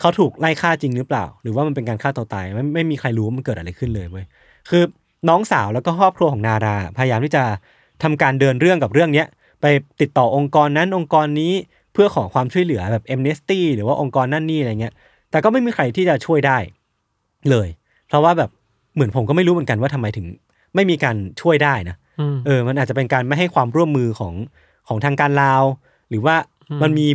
[SPEAKER 2] เขาถูกไล่ฆ่าจริงหรือเปล่า หรือว่ามันเป็นการฆ่าตัวตายไม่ไม่มีใครรู้ว่ามันเกิดอะไรขึ้นเลยเว้ยคือน้องสาวแล้วก็ครอบครัวของนารา พยายามที่จะทำการเดินเรื่องกับเรื่องเนี้ยไปติดต่อองค์กรนั้นองค์กรนี้เพื่อขอความช่วยเหลือแบบเอมเนสตี้หรือว่าองค์กรนั่นนี่อะไรเงี้ย แต่ก็ไม่มีใครที่จะช่วยได้เลย เพราะว่าแบบเหมือนผมก็ไม่รู้เหมือนกันว่าทำไมถึง ไม่มีการช่วยได้นะ
[SPEAKER 3] อืม
[SPEAKER 2] เออ มันอาจจะเป็นการไม่ให้ความร่วมมือของของทางการลาว หรือว่า
[SPEAKER 3] อืม
[SPEAKER 2] มันมี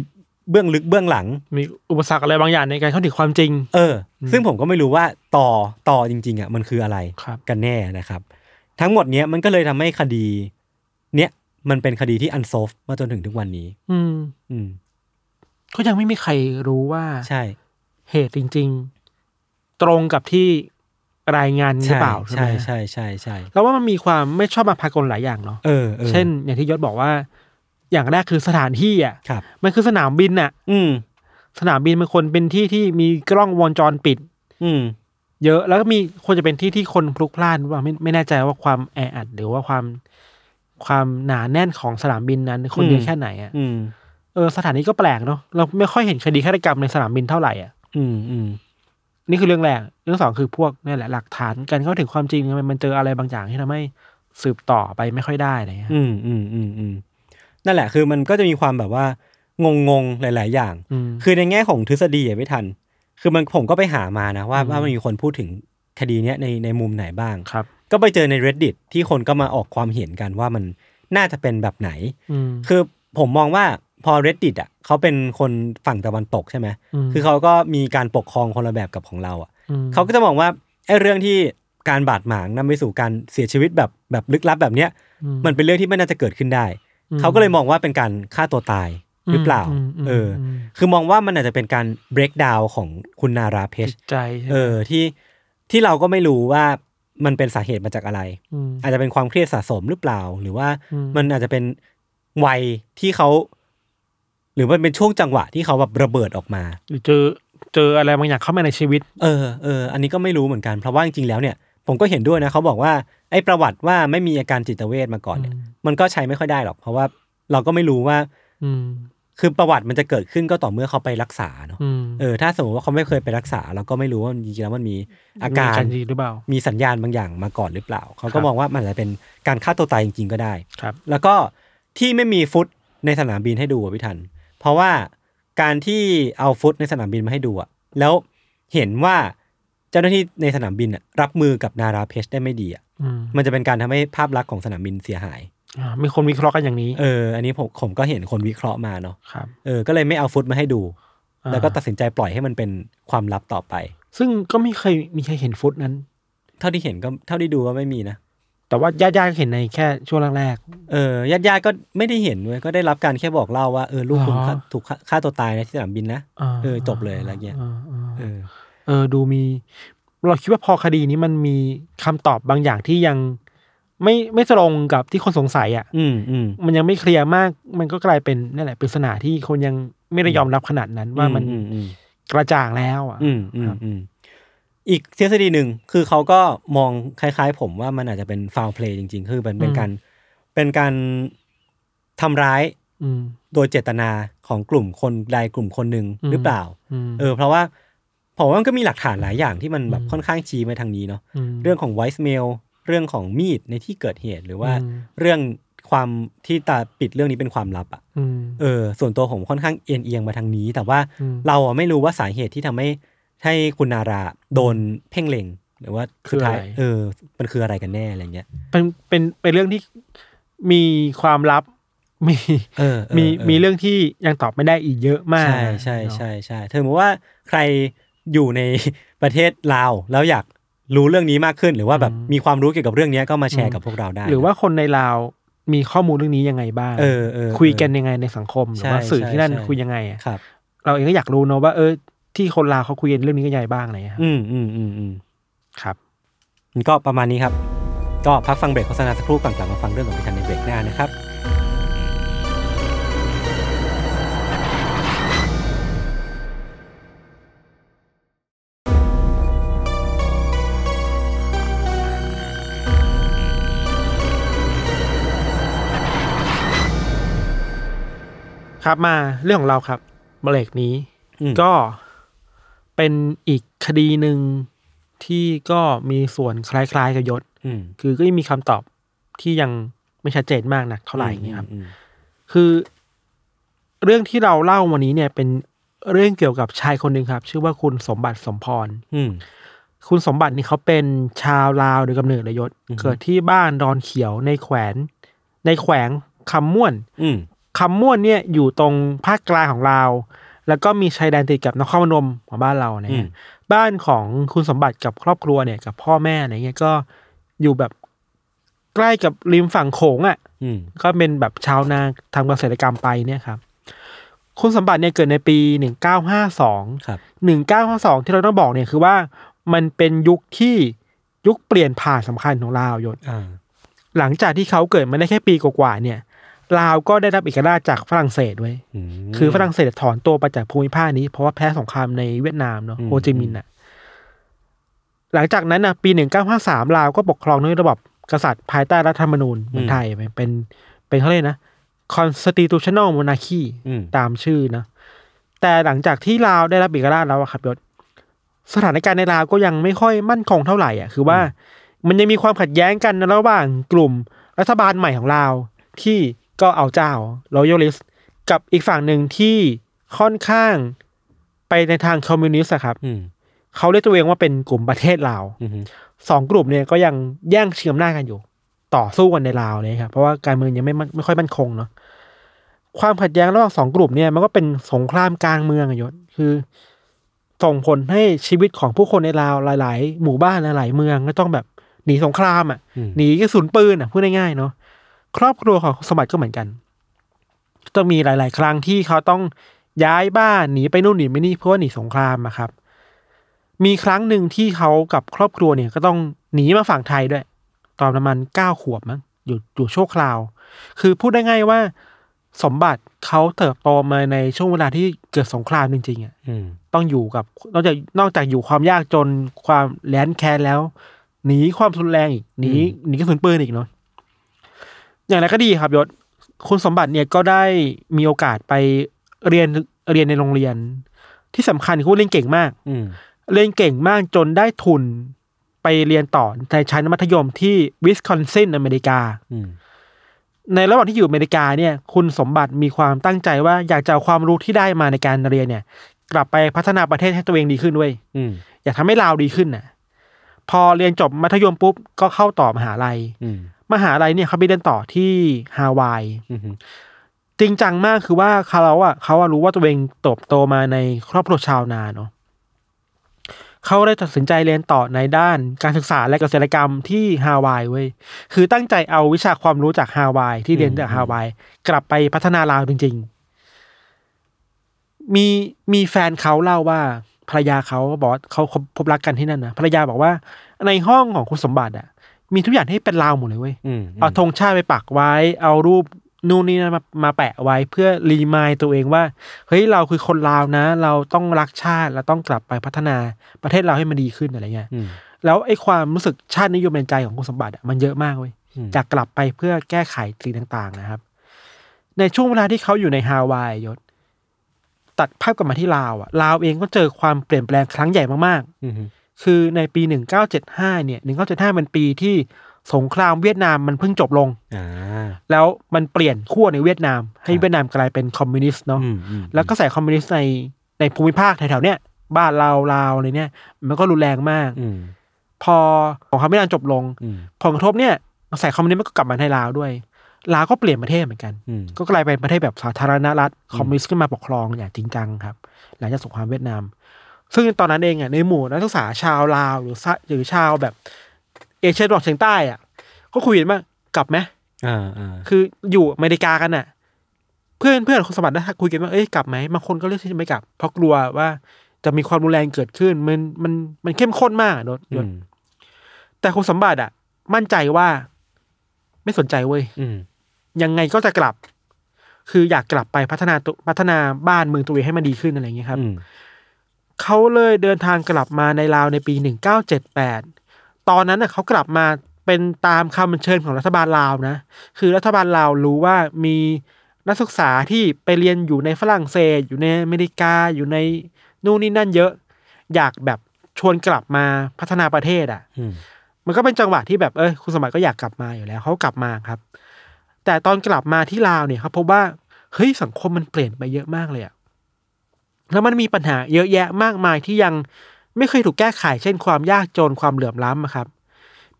[SPEAKER 2] เบื้องลึกเบื้องหลัง
[SPEAKER 3] มีอุปสรรคอะไรบางอย่างในการเข้าถึงความจริง
[SPEAKER 2] เออ ซึ่งผมก็ไม่รู้ว่าต่อต่อจริง ๆอ่ะมันคืออะไร
[SPEAKER 3] ครับ
[SPEAKER 2] กันแน่นะครับ ทั้งหมดเนี้ยมันก็เลยทำให้คดี เนี้ยมันเป็นคดีที่อันโซฟมาจนถึงทุกวันนี้
[SPEAKER 3] อืม
[SPEAKER 2] อืม
[SPEAKER 3] ก็ยังไม่มีใครรู้ว่า
[SPEAKER 2] ใช่
[SPEAKER 3] เหตุจริง ๆ ตรงกับที่รายงานหรือ
[SPEAKER 2] ใช่
[SPEAKER 3] เปล่าใช่
[SPEAKER 2] ใช่
[SPEAKER 3] ไหม
[SPEAKER 2] ใช่ใช่ใช่
[SPEAKER 3] แล้วว่ามันมีความไม่ชอบมาพากลหลายอย่างเนาะ
[SPEAKER 2] เออออ
[SPEAKER 3] เช่นอย่างที่ยศบอกว่า อย่างแรกคือสถานที่อ่ะ
[SPEAKER 2] ครับ
[SPEAKER 3] มันคือสนามบินอ่ะ
[SPEAKER 2] อืม
[SPEAKER 3] สนามบินมันควรเป็นที่ที่มีกล้องวงจรปิด
[SPEAKER 2] อืม
[SPEAKER 3] เยอะแล้วก็มีควรจะเป็นที่ที่คนพลุกพล่านว่าไม่ไม่แน่ใจว่าความแออัดหรือว่าความความหนาแน่นของสนามบินนั้น คนเย
[SPEAKER 2] อืม
[SPEAKER 3] อะแค่ไหนอ่ะ
[SPEAKER 2] อืม
[SPEAKER 3] เออสถานีก็แปลกเนาะเราไม่ค่อยเห็นคดีฆาตกรรมในสนามบินเท่าไหร่อ่ะ
[SPEAKER 2] อืมอืม
[SPEAKER 3] นี่คือเรื่องแรกเรื่องสองคือพวกนี่นแหละหลักฐานการเข้าถึงความจริงมันมันเจออะไรบางอย่างที่ทำให้สืบต่อไปไม่ค่อยได้อะไรเงี้ย
[SPEAKER 2] อืมอืมอืมอืมนั่นแหละคือมันก็จะมีความแบบว่างงงๆหลาย ๆ อย่าง
[SPEAKER 3] อืม
[SPEAKER 2] คือในแง่ของทฤษฎีอะพี่ทัน คือมันผมก็ไปหามานะว่า
[SPEAKER 3] อืม
[SPEAKER 2] ว่ามันมีคนพูดถึงคดีเนี้ยในในมุมไหนบ้าง
[SPEAKER 3] ครับ
[SPEAKER 2] ก็ไปเจอใน reddit ที่คนก็มาออกความเห็นกันว่ามันน่าจะเป็นแบบไหน
[SPEAKER 3] อืม
[SPEAKER 2] คือผมมองว่าพอ reddit อ่ะเขาเป็นคนฝั่งตะวันตกใช่ไหม
[SPEAKER 3] ม
[SPEAKER 2] คือเขาก็มีการปกครองคนละแบบกับของเราอ่ะ
[SPEAKER 3] ม
[SPEAKER 2] เขาก็จะมองว่าไอ้เรื่องที่การบาดหมางนำไปสู่การเสียชีวิตแบบแบบลึกลับแบบเนี้ย
[SPEAKER 3] อื
[SPEAKER 2] มันเป็นเรื่องที่ไม่น่าจะเกิดขึ้นได้
[SPEAKER 3] อืม
[SPEAKER 2] เขาก็เลยมองว่าเป็นการฆ่าตัวตายหรือเปล่า
[SPEAKER 3] มม
[SPEAKER 2] เอออ
[SPEAKER 3] ม
[SPEAKER 2] คือมองว่ามันอาจจะเป็นการ break down ของคุณนาราเพช
[SPEAKER 3] จิตใจใช่ไหม
[SPEAKER 2] เออที่ที่เราก็ไม่รู้ว่ามันเป็นสาเหตุมาจากอะไร
[SPEAKER 3] ม
[SPEAKER 2] อาจจะเป็นความเครียดสะสมหรือเปล่า หรือว่า
[SPEAKER 3] อืม
[SPEAKER 2] มันอาจจะเป็นวัยที่เขา หรือมันเป็นช่วงจังหวะที่เขาแบบระเบิดออกมา
[SPEAKER 3] หรือเจอเจออะไรบางอย่างเข้ามาในชีวิต
[SPEAKER 2] เออเอออันนี้ก็ไม่รู้เหมือนกันเพราะว่าจริงๆแล้วเนี่ยผมก็เห็นด้วยนะเขาบอกว่าไอ้ประวัติว่าไม่มีอาการจิตเวชมาก่อนเนี่ย
[SPEAKER 3] อืม
[SPEAKER 2] มันก็ใช้ไม่ค่อยได้หรอก เพราะว่าเราก็ไม่รู้ว่า
[SPEAKER 3] อืม
[SPEAKER 2] คือประวัติมันจะเกิดขึ้นก็ต่อเมื่อเขาไปรักษาเนาะ
[SPEAKER 3] อืม
[SPEAKER 2] เออถ้าสมมติว่าเขาไม่เคยไปรักษา เราก็ไม่รู้ว่าจริงๆแล้วมันมีอาการ
[SPEAKER 3] มีจริงหรือเปล่า
[SPEAKER 2] มีสัญญาณบางอย่างมาก่อนหรือเปล่า เขา
[SPEAKER 3] ครั
[SPEAKER 2] ก็
[SPEAKER 3] บ
[SPEAKER 2] มองว่ามันอาจจะเป็นการฆ่าตัวตายจริงๆก็ได้
[SPEAKER 3] ครับ
[SPEAKER 2] แล้วก็ที่ไม่มีฟุตในสนามบินให้ดูอะพี่ทัน เพราะว่าการที่เอาฟุตในสนามบินมาให้ดูอะแล้วเห็นว่าเจ้าหน้าที่ในสนามบินอะรับมือกับนาราเพชได้ไม่ดีอะ
[SPEAKER 3] อืม
[SPEAKER 2] มันจะเป็นการทำให้ภาพลักษณ์ของสนามบินเสียหาย
[SPEAKER 3] อ่ามีคนวิเคราะห์กันอย่างนี้
[SPEAKER 2] เออ อันนี้ผมผมก็เห็นคนวิเคราะห์มาเนาะ
[SPEAKER 3] ครับ
[SPEAKER 2] เออ ก็เลยไม่เอาฟุตมาให้ดู
[SPEAKER 3] อ่า
[SPEAKER 2] แล้วก็ตัดสินใจปล่อยให้มันเป็นความลับต่อไป
[SPEAKER 3] ซึ่งก็ไม่เคยมีใครเห็นฟุตนั้น
[SPEAKER 2] เท่าที่เห็นก็เท่าที่ดูก็ไม่มีนะ
[SPEAKER 3] แต่ว่าญาติๆก็เห็นในแค่ช่วงแรก
[SPEAKER 2] เออญาติญาติๆก็ไม่ได้เห็นเว้ยก็ได้รับการแค่บอกเล่าว่าเออลูกคุณ
[SPEAKER 3] หรอ
[SPEAKER 2] ฆ่าถูกฆ่าฆ่าตัวตายนะที่สนามบินนะ
[SPEAKER 3] ๆา
[SPEAKER 2] เออจบเลยอะไรเงี้ย
[SPEAKER 3] าอ่า
[SPEAKER 2] เออ
[SPEAKER 3] เออดูมี เราคิดว่าพอคดีนี้มันมีคำตอบบางอย่างที่ยังไม่ไม่ตรงกับที่คนสงสัยอ่ะ
[SPEAKER 2] อืมอืม
[SPEAKER 3] มันยังไม่เคลียร์มาก มันก็กลายเป็นนั่นแหละปริศนาที่คนยังไม่ได้ยอมรับขนาดนั้น ว่ามัน
[SPEAKER 2] อืมอืม
[SPEAKER 3] กระจ่างแล้วอ่ะ
[SPEAKER 2] อืมอื
[SPEAKER 3] ครั
[SPEAKER 2] ม
[SPEAKER 3] บ
[SPEAKER 2] อืมอีกทฤษฎีหนึ่งคือเขาก็มองคล้ายๆ ผมว่ามันอาจจะเป็นฟาวเพลย์จริง ๆ คือเป็นเป็นการเป็นการทำร้าย
[SPEAKER 3] อืม
[SPEAKER 2] โดยเจตนาของกลุ่มคนใดกลุ่มคนหนึ่ง
[SPEAKER 3] อืม
[SPEAKER 2] หรือเปล่า
[SPEAKER 3] อืม
[SPEAKER 2] เออ เพราะว่าผมว่ามันก็มีหลักฐานหลายอย่างที่มันแบบ
[SPEAKER 3] อืม
[SPEAKER 2] ค่อนข้างชี้ไปทางนี้เนาะ
[SPEAKER 3] ม
[SPEAKER 2] เรื่องของไวส์เมลเรื่องของมีดในที่เกิดเหตุหรือว่า
[SPEAKER 3] อืม
[SPEAKER 2] เรื่องความที่ตาปิดเรื่องนี้เป็นความลับอะ่ะ
[SPEAKER 3] อืม
[SPEAKER 2] เออส่วนตัวผมค่อนข้างเอียงเอียงๆมาทางนี้ แต่ว่า
[SPEAKER 3] อืม
[SPEAKER 2] เราอะไม่รู้ว่าสาเหตุที่ทำให้ให้คุณนาราโดนเพ่งเล็ง หรือว่าสุดท้ายเออ มันคืออะไรกันแน่อะไรเงี้ย
[SPEAKER 3] เป็นเป็นเป็นเรื่องที่มีความลับ มี
[SPEAKER 2] เออเออ
[SPEAKER 3] มี
[SPEAKER 2] เออ
[SPEAKER 3] มีเรื่องที่ยังตอบไม่ได้อีกเยอะมาก
[SPEAKER 2] ใช่ใช่ใช่ใช่เธอมว่าใครอยู่ใน ประเทศลาวแล้วอยากรู้เรื่องนี้มากขึ้น หรือว่าแบบมีความรู้เกี่ยวกับเรื่องเนี้ยก็มาแชร์กับพวกเราได้
[SPEAKER 3] หรือว่าคนในลาวมีข้อมูลเรื่องนี้ยังไงบ้าง
[SPEAKER 2] เออเออ
[SPEAKER 3] คุยกันยังไงในสังคมหรือว่า
[SPEAKER 2] ใช่
[SPEAKER 3] สื่อที่นั่น
[SPEAKER 2] ใช่
[SPEAKER 3] คุยยังไงอะ
[SPEAKER 2] ครับ
[SPEAKER 3] เราเองก็อยากรู้เนอะว่าเออที่คนลาวเขาคุยกันเรื่องนี้กันยังไงบ้างอะไรเงี้ย
[SPEAKER 2] อืมอืมอืมอืม
[SPEAKER 3] ครับ
[SPEAKER 2] ก็ประมาณนี้ครับ ก็พักฟังเบรกโฆษณาสักครู่ก่อนกลับมาฟังเรื่องของพิธันในเบรกหน้านะครับ
[SPEAKER 3] ครับมาเรื่องของเราครับเบรกนี้
[SPEAKER 2] อืม
[SPEAKER 3] ก็เป็นอีกคดีหนึ่งที่ก็มีส่วนคล้ายๆกับยศ
[SPEAKER 2] อืม
[SPEAKER 3] คือก็ยังมีคำตอบที่ยังไม่ชัดเจนมากนักเท่าไหร่อย่างเงี้ยครับ
[SPEAKER 2] อืม
[SPEAKER 3] คือ เรื่องที่เราเล่าวันนี้เนี่ยเป็นเรื่องเกี่ยวกับชายคนหนึ่งครับ ชื่อว่าคุณสมบัติสมพร
[SPEAKER 2] อืม
[SPEAKER 3] คุณสมบัตินี่เขาเป็นชาวลาวโดยกำเนิดเลยยศ
[SPEAKER 2] อือฮึ
[SPEAKER 3] เกิดที่บ้านดอนเขียวในแขวนในแขวงคำม่วน
[SPEAKER 2] อืม
[SPEAKER 3] คำม่วนเนี่ยอยู่ตรงภาคกลางของลาว แล้วก็มีชายแดนติดกับนครพนมของบ้านเราเนี่ย
[SPEAKER 2] อืม
[SPEAKER 3] บ้านของคุณสมบัติกับครอบครัวเนี่ยกับพ่อแม่อะไรเงี้ยก็อยู่แบบใกล้กับริมฝั่งโขงอะ่ะ
[SPEAKER 2] อืม
[SPEAKER 3] ก็เป็นแบบชาวนาทำเกษตรกรรมไปเนี่ยครับ คุณสมบัติเนี่ยเกิดในปีหนึ่งเก้าห้าสอง
[SPEAKER 2] ครับ
[SPEAKER 3] หนึ่งเก้าห้าสองที่เราต้องบอกเนี่ยคือว่ามันเป็นยุคที่ยุคเปลี่ยนผ่านสำคัญของลาวยศ
[SPEAKER 2] อ่า
[SPEAKER 3] หลังจากที่เขาเกิดมาได้แค่ปีกว่าๆเนี่ย ลาวก็ได้รับเอกราชจากฝรั่งเศสไว้ยคือฝรั่งเศสถอนตัวไปจากภูมิภาคนี้ เพราะว่าแพ้สงครามในเวียดนามเนาะ
[SPEAKER 2] อืม
[SPEAKER 3] โฮจิมินห์น่ะหลังจากนั้นน่ะปี 1953 ลาวก็ปกครองด้วยระบบกษัตริย์ภายใต้รัฐธรรมนูญเหมือนไทยเป็นเป็นเป็นเขาเรียกนะ constitutional monarchy
[SPEAKER 2] อืม
[SPEAKER 3] ตามชื่อนะ แต่หลังจากที่ลาวได้รับเอกราชแล้วอะครับยศสถานการณ์ในลาวก็ยังไม่ค่อยมั่นคงเท่าไหร่อ่ะคือว่า มันยังมีความขัดแย้งกันระหว่างกลุ่มรัฐบาลใหม่ของลาว ที่ก็เอาเจ้า loyalist กับอีกฝั่งหนึ่งที่ค่อนข้างไปในทางคอมมิวนิสต์อะครับ
[SPEAKER 2] อืม
[SPEAKER 3] เขาเรียกตัวเองว่าเป็นกลุ่มประเทศลาว
[SPEAKER 2] อืม
[SPEAKER 3] สองกลุ่มเนี่ยก็ยังแย่งชิงอำนาจกันอยู่ ต่อสู้กันในลาวเลยครับเพราะว่าการเมืองยังไม่มั่นไม่ค่อยมั่นคงเนาะความขัดแย้งระหว่างสองกลุ่มเนี่ยมันก็เป็นสงครามกลางเมืองอะยศคือส่งผลให้ชีวิตของผู้คนในลาวหลาย ๆ หมู่บ้านหลายๆเมืองก็ต้องแบบหนีสงครามอ่ะ
[SPEAKER 2] อืม
[SPEAKER 3] หนีกระสุนปืนอ่ะพูดง่ายๆเนาะครอบครัวของสมบัติก็เหมือนกันต้องมีหลาย ๆ ครั้งที่เขาต้องย้ายบ้านหนีไปนู่นหนีไปนี่เพราะว่าหนีสงครามอะครับ มีครั้งหนึ่งที่เขากับครอบครัวเนี่ยก็ต้องหนีมาฝั่งไทยด้วย ตอนประมาณเก้าขวบมั้งอยู่อยู่ชั่วคราว คือพูดได้ง่ายว่า สมบัติเขาเติบโตมาในช่วงเวลาที่เกิดสงครามจริงๆอ่ะ
[SPEAKER 2] อืม
[SPEAKER 3] ต้องอยู่กับนอกจากนอกจากอยู่ความยากจนความแหลนแค้นแล้ว หนีความรุนแรงอีกหนีหนีกระสุนปืนอีกเนาะอย่างไรก็ดีครับยศคุณสมบัติเนี่ยก็ได้มีโอกาสไปเรียนเรียนในโรงเรียน ที่สำคัญคือว่าเรียนเก่งมาก
[SPEAKER 2] อืม
[SPEAKER 3] เรียนเก่งมากจนได้ทุนไปเรียนต่อในชั้นมัธยมที่วิสคอนซินอเมริกา
[SPEAKER 2] อืม
[SPEAKER 3] ในระหว่างที่อยู่อเมริกาเนี่ย คุณสมบัติมีความตั้งใจว่าอยากจะเอาความรู้ที่ได้มาในการเรียนเนี่ย กลับไปพัฒนาประเทศให้ตัวเองดีขึ้นด้วย
[SPEAKER 2] อืม
[SPEAKER 3] อยากทำให้ลาวดีขึ้นน่ะ พอเรียนจบมัธยมปุ๊บ ก็เข้าต่อมหาลัย
[SPEAKER 2] อืม
[SPEAKER 3] มหาลัยเนี่ยเขาไปเรียนต่อที่ฮาวาย
[SPEAKER 2] อืมอืม
[SPEAKER 3] จริงจังมากคือว่าเขาอะเขาอะรู้ว่าตัวเองโตบโตมาในครอบครัวชาวนาเนาะเขาเลยตัดสินใจเรียนต่อในด้านการศึกษาและเกษตรกรรมที่ฮาวายเว้ยคือตั้งใจเอาวิชาความรู้จากฮาวายที่เรียนจากฮาวายกลับไปพัฒนาลาวจริง ๆ มีมีแฟนเขาเล่าว่าภรรยาเขาบอกว่าเขาคบพบรักกันที่นั่นนะภรรยาบอกว่าในห้องของคุณสมบัติอะมีทุกอย่างให้เป็นลาวหมดเลยเว้ย
[SPEAKER 2] อืม
[SPEAKER 3] เอาธงชาติไปปักไว้ เอารูปนู่นนี่นั่นมามาแปะไว้เพื่อรีมายตัวเองว่า เฮ้ยเราคือคนลาวนะ เราต้องรักชาติเราต้องกลับไปพัฒนาประเทศเราให้มันดีขึ้นอะไรเงี้ย
[SPEAKER 2] อืม
[SPEAKER 3] แล้วไอ้ความรู้สึกชาตินิยมในใจของคุณสมบัติอะมันเยอะมากเว้ย
[SPEAKER 2] อืม
[SPEAKER 3] อยากกลับไปเพื่อแก้ไขสิ่งต่างๆนะครับ ในช่วงเวลาที่เขาอยู่ในฮาวายยศ ตัดภาพกลับมาที่ลาวอะลาวเองก็เจอความเปลี่ยนแปลงครั้งใหญ่มากๆ
[SPEAKER 2] อืม
[SPEAKER 3] คือในปี 1975 เนี่ย 1975เป็นปีที่สงครามเวียดนามมันเพิ่งจบลง
[SPEAKER 2] อ่า
[SPEAKER 3] แล้วมันเปลี่ยนขั้วในเวียดนาม ให้เวียดนามกลายเป็นคอมมิวนิสต์เนาะ
[SPEAKER 2] อืมอืม
[SPEAKER 3] แล้วก็ใส่คอมมิวนิสต์ในในภูมิภาคแถวๆเนี้ยบ้านเราลาวอะไรเนี่ย มันก็รุนแรงมาก
[SPEAKER 2] อืม
[SPEAKER 3] พอของเขามเวียดนามจบลง
[SPEAKER 2] อืม
[SPEAKER 3] ผลกระทบเนี่ยใส่คอมมิวนิสต์มันก็กลับมาในลาวด้วย ลาวก็เปลี่ยนประเทศเหมือนกัน
[SPEAKER 2] อืม
[SPEAKER 3] ก็กลายเป็นประเทศแบบสาธารณรัฐคอมมิวนิสต์ขึ้นมาปกครองอย่างจริงจังครับ หลังจากสงครามเวียดนาม ซึ่งตอนนั้นเองอ่ะในหมู่นักศึกษาชาวลาวหรือซะหรือชาวแบบเอเชียตะวันออกเฉียงใต้อ่ะก็คุยกันว่ากลับไหม
[SPEAKER 2] อ่าอ่า
[SPEAKER 3] คืออยู่อเมริกากันอ่ะ เพื่อนเพื่อนคนสมัครได้คุยกันว่าเอ้ยกลับไหมบางคนก็เลือกที่จะไม่กลับ เพราะกลัวว่าจะมีความรุนแรงเกิดขึ้นมันมันมันเข้มข้นมากอะโดน
[SPEAKER 2] อืม
[SPEAKER 3] แต่คุณสมบัติอ่ะ มั่นใจว่า ไม่สนใจเว้ย
[SPEAKER 2] อืม
[SPEAKER 3] ยังไงก็จะกลับ คืออยากกลับไปพัฒนาตัวพัฒนาบ้านเมืองตัวเองให้มันดีขึ้นอะไรอย่างเงี้ยครับ
[SPEAKER 2] อืม
[SPEAKER 3] เขาเลยเดินทางกลับมาในลาวในปี 1978 ตอนนั้นน่ะเขากลับมาเป็นตามคำเชิญของรัฐบาลลาวนะ คือรัฐบาลลาวรู้ว่ามีนักศึกษาที่ไปเรียนอยู่ในฝรั่งเศส อยู่ในอเมริกาอยู่ในนู่นนี่นั่นเยอะ อยากแบบชวนกลับมาพัฒนาประเทศอ่ะ
[SPEAKER 2] อืม
[SPEAKER 3] มันก็เป็นจังหวะที่แบบเอ้ยคุณสมบัติก็อยากกลับมาอยู่แล้วเขากลับมาครับ แต่ตอนกลับมาที่ลาวเนี่ยเขาพบว่าเฮ้ยสังคมมันเปลี่ยนไปเยอะมากเลยอะแล้วมันมีปัญหาเยอะแยะมากมายที่ยังไม่เคยถูกแก้ไข เช่นความยากจนความเหลื่อมล้ำอะครับ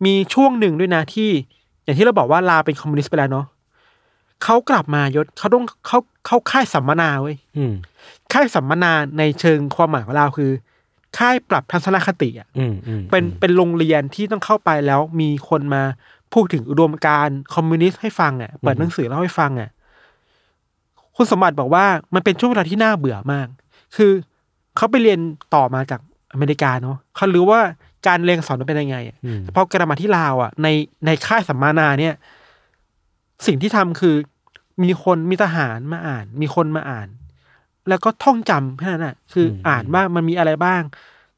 [SPEAKER 3] มีช่วงหนึ่งด้วยนะที่ อย่างที่เราบอกว่าลาวเป็นคอมมิวนิสต์ไปแล้วเนาะเขากลับมายศเขาต้องเขาเขาค่ายสัมมนาเว้ย
[SPEAKER 2] อืม
[SPEAKER 3] ค่ายสัมมนาในเชิงความหมายของลาวคือ ค่ายปรับทัศนคติอะ
[SPEAKER 2] อืมอืม
[SPEAKER 3] เป็นเป็นโรงเรียนที่ต้องเข้าไปแล้วมีคนมาพูดถึงอุดมการณ์คอมมิวนิสต์ให้ฟังอ่ะเปิดหนังสือเล่าให้ฟังอ่ะคุณสมบัติบอกว่ามันเป็นช่วงเวลาที่น่าเบื่อมาก คือเขาไปเรียนต่อมาจากอเมริกาเนาะเขารู้ว่าการเรียนสอนมันเป็นยังไงอะ
[SPEAKER 2] อืม
[SPEAKER 3] พอกลับมาที่ลาวอ่ะในในค่ายสัมมนาเนี่ย สิ่งที่ทำคือ มีคนมีทหารมาอ่าน มีคนมาอ่าน แล้วก็ท่องจำแค่นั้นน่ะ คืออ
[SPEAKER 2] ม
[SPEAKER 3] อ่านว่ามันมีอะไรบ้าง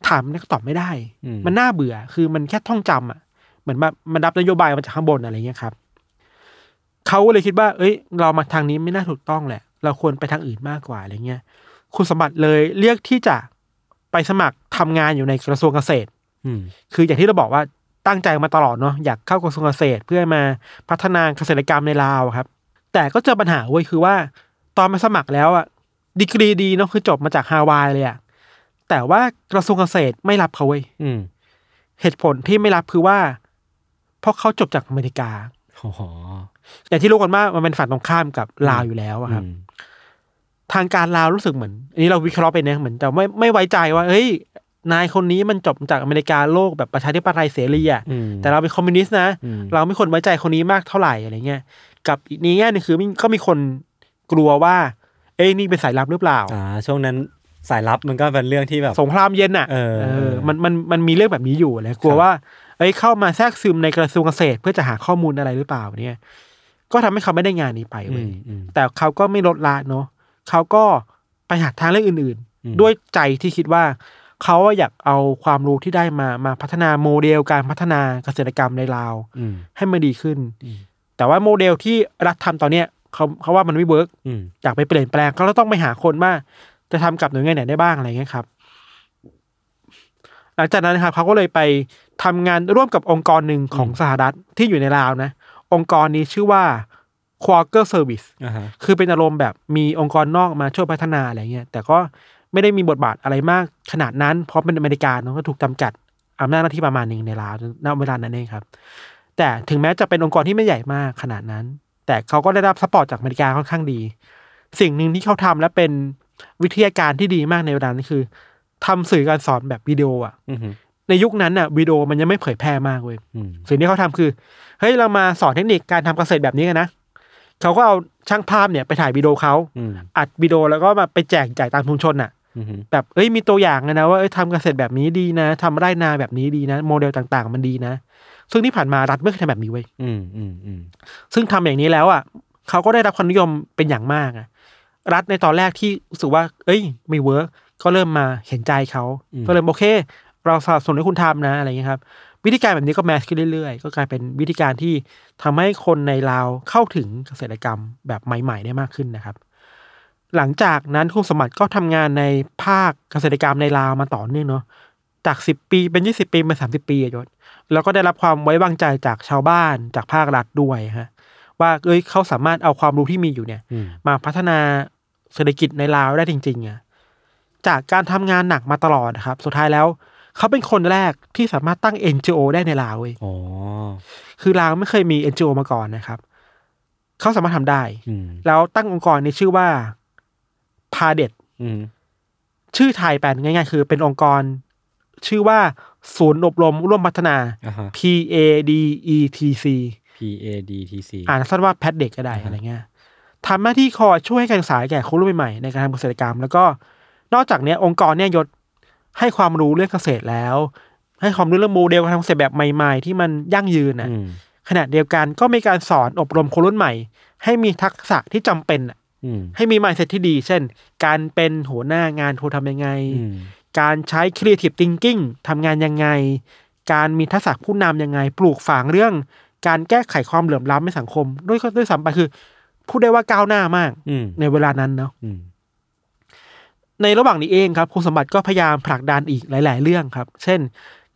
[SPEAKER 3] ถามแล้วก็ตอบไม่ได้
[SPEAKER 2] อืม
[SPEAKER 3] มันน่าเบื่อ คือมันแค่ท่องจำอ่ะ เหมือนแบบมันรับนโยบายมาจากข้างบนอะไรเงี้ยครับเขาเลยคิดว่า เอ้ย เรามาทางนี้ไม่น่าถูกต้องแหละ เราควรไปทางอื่นมากกว่าอะไรเงี้ย คุณสมบัติเลยเลือกที่จะไปสมัครทำงานอยู่ในกระทรวงเกษตร
[SPEAKER 2] อืม
[SPEAKER 3] คืออย่างที่เราบอกว่าตั้งใจมาตลอดเนาะอยากเข้ากระทรวงเกษตรเพื่อมาพัฒนาเกษตรกรรมในลาวอะครับ แต่ก็เจอปัญหาเว้ยคือว่า ตอนมาสมัครแล้วอะดีกรีดีเนาะคือจบมาจากฮาวายเลยอะแต่ว่ากระทรวงเกษตรไม่รับเขาเว้ย
[SPEAKER 2] อืม
[SPEAKER 3] เหตุผลที่ไม่รับคือว่า เพราะเขาจบจากอเมริกา
[SPEAKER 2] โอ้โห
[SPEAKER 3] อย่างที่รู้กันว่ามันเป็นฝั่งตรงข้ามกับลาวอยู่แล้วอะครับ
[SPEAKER 2] อืม
[SPEAKER 3] ทางการลาวรู้สึกเหมือนอันนี้เราวิเคราะห์ไปนะเหมือนจะไม่ไม่ไว้ใจว่าเฮ้ย นายคนนี้มันจบจากอเมริกาโลกแบบประชาธิปไตยเสรีอะ
[SPEAKER 2] อืม
[SPEAKER 3] แต่เราเป็นคอมมิวนิสต์นะ
[SPEAKER 2] อืม
[SPEAKER 3] เราไม่ควรไว้ใจคนนี้มากเท่าไหร่อะไรเงี้ยกับอีกนี้แง่หนึงคือมันก็มีคนกลัวว่า เอ้ยนี่เป็นสายลับหรือเปล่า
[SPEAKER 2] อ่าช่วงนั้นสายลับมันก็เป็นเรื่องที่แบบ
[SPEAKER 3] สงครามเย็นอ่ะ
[SPEAKER 2] เออ
[SPEAKER 3] มันมันมันมีเรื่องแบบนี้อยู่เลย
[SPEAKER 2] ค
[SPEAKER 3] กลั
[SPEAKER 2] ว รับ
[SPEAKER 3] ว่า เอ้ยเข้ามาแทรกซึมในกระทรวงเกษตรเพื่อจะหาข้อมูลอะไรหรือเปล่าเนี่ย ก็ทำให้เขาไม่ได้งานนี้ไป
[SPEAKER 2] อื
[SPEAKER 3] เว้ย
[SPEAKER 2] มอืม
[SPEAKER 3] แต่เขาก็ไม่ลดละเนาะเขาก็ไปหาทางเลือกอื่น
[SPEAKER 2] อืม
[SPEAKER 3] ๆ ด้วยใจที่คิดว่าเขาอยากเอาความรู้ที่ได้มามาพัฒนาโมเดลการพัฒนาเกษตรกรรมในลาว
[SPEAKER 2] อืม
[SPEAKER 3] ให้มันดีขึ้น
[SPEAKER 2] อืม
[SPEAKER 3] แต่ว่าโมเดลที่รัฐทำตอนเนี้ยเขาเขาว่ามันไม่เวิร์ก
[SPEAKER 2] อืม
[SPEAKER 3] อยากไปเปลี่ยนแปลงก็ต้องไปหาคนว่าจะทำกับหน่วยงานไหนได้บ้างอะไรเงี้ยครับ หลังจากนั้นนะครับเขาก็เลยไปทำงานร่วมกับองค์กรหนึ่งของสหรัฐที่อยู่ในลาวนะ องค์กรนี้ชื่อว่า Quarker Service
[SPEAKER 2] อ่าฮะ
[SPEAKER 3] คือเป็นอารมณ์แบบมีองค์กรนอกมาช่วยพัฒนาอะไรเงี้ยแต่ก็ไม่ได้มีบทบาทอะไรมากขนาดนั้น เพราะเป็นอเมริกาเนาะก็ถูกจำกัดอำนาจหน้าที่ประมาณหนึ่งในลาวณเวลานั้นเองครับ แต่ถึงแม้จะเป็นองค์กรที่ไม่ใหญ่มากขนาดนั้น แต่เขาก็ได้รับสปอร์ตจากอเมริกาค่อนข้างดี สิ่งหนึ่งที่เขาทำและเป็นวิทยาการที่ดีมากในเวลานั้นคือทำสื่อการสอนแบบวิดีโออะ
[SPEAKER 2] อืม
[SPEAKER 3] ในยุคนั้นน่ะวิดีโอมันยังไม่เผยแพร่มากเว้ย
[SPEAKER 2] อืม
[SPEAKER 3] สิ่งที่เขาทำคือเฮ้ยเรามาสอนเทคนิคการทำเกษตรแบบนี้กันนะเขาก็เอาช่างภาพเนี่ยไปถ่ายวิดีโอเขา
[SPEAKER 2] อืม
[SPEAKER 3] อัดวิดีโอแล้วก็มาไปแจกจ่ายตามชุมชนน่ะ
[SPEAKER 2] อืม
[SPEAKER 3] แบบเอ้ยมีตัวอย่างนะนะว่าเอ้ยทำเกษตรแบบนี้ดีนะทำไร่นาแบบนี้ดีนะ โมเดลต่างๆ มันดีนะ ซึ่งที่ผ่านมารัฐไม่เคยทำแบบนี้เว้ย
[SPEAKER 2] อืมอืมอืม
[SPEAKER 3] ซึ่งทำอย่างนี้แล้วอ่ะเขาก็ได้รับความนิยมเป็นอย่างมากอะรัฐในตอนแรกที่รู้สึกว่า เอ้ย ไม่เวิร์กก็เริ่มมาเห็นใจเขาก็เลยโอเค เราสนับสนุนให้คุณทำนะอะไรอย่างเงี้ยครับ วิธีการแบบนี้ก็แมสขึ้นเรื่อยๆ ก็กลายเป็นวิธีการที่ทำให้คนในลาวเข้าถึงเกษตรกรรมแบบใหม่ ๆ ได้มากขึ้นนะครับ หลังจากนั้นคุณสมบัติก็ทำงานในภาคเกษตรกรรมในลาวมาต่อเนื่องเนาะจากสิบปีเป็นยี่สิบปีเป็นสามสิบปีอะยศแล้วก็ได้รับความไว้วางใจจากชาวบ้านจากภาครัฐด้วยฮะว่าเอ้ยเขาสามารถเอาความรู้ที่มีอยู่เนี่ย
[SPEAKER 2] อืม
[SPEAKER 3] มาพัฒนาเศรษฐกิจในลาวได้จริงๆอะจากการทำงานหนักมาตลอดนะครับ สุดท้ายแล้ว เขาเป็นคนแรกที่สามารถตั้ง NGO ได้ในลาวเว้ย
[SPEAKER 2] อ๋อ
[SPEAKER 3] คือลาวไม่เคยมี NGO มาก่อนนะครับ เขาสามารถทำได้
[SPEAKER 2] อืม
[SPEAKER 3] แล้วตั้งองค์กรในชื่อว่าพาเดต
[SPEAKER 2] อืม
[SPEAKER 3] ชื่อไทยแปลง่ายๆ คือเป็นองค์กร ชื่อว่าศูนย์อบรมร่วมพัฒนา
[SPEAKER 2] อ่าฮะ
[SPEAKER 3] P A D E T C
[SPEAKER 2] P A D T C
[SPEAKER 3] อ่านสั้นว่าแพดเด็กก็ได้
[SPEAKER 2] อ่าฮะ
[SPEAKER 3] อะไรเงี้ยทำหน้าที่คอยช่วยให้การศึกษาแก่คนรุ่นใหม่ๆในการทำเกษตรกรรม แล้วก็นอกจากเนี้ยองค์กรเนี่ยยศให้ความรู้เรื่องเกษตรแล้ว ให้ความรู้เรื่องโมเดลการทำเกษตรแบบใหม่ๆ ที่มันยั่งยืนนะ
[SPEAKER 2] อืม
[SPEAKER 3] ขณะเดียวกันก็มีการสอนอบรมคนรุ่นใหม่ ให้มีทักษะที่จำเป็นน่ะ
[SPEAKER 2] อืม
[SPEAKER 3] ให้มี mindset ที่ดี เช่น การเป็นหัวหน้างานควรทำยังไง
[SPEAKER 2] อืม
[SPEAKER 3] การใช้ creative thinking ทำงานยังไง การมีทักษะผู้นำยังไง ปลูกฝังเรื่อง การแก้ไขความเหลื่อมล้ำในสังคม ด้วยก็ด้วยซ้ำไปคือพูดได้ว่าก้าวหน้ามาก
[SPEAKER 2] อืม
[SPEAKER 3] ในเวลานั้นเนาะ
[SPEAKER 2] อืม
[SPEAKER 3] ในระหว่างนี้เองครับคุณสมบัติก็พยายามผลักดันอีกหลาย ๆ เรื่องครับ เช่น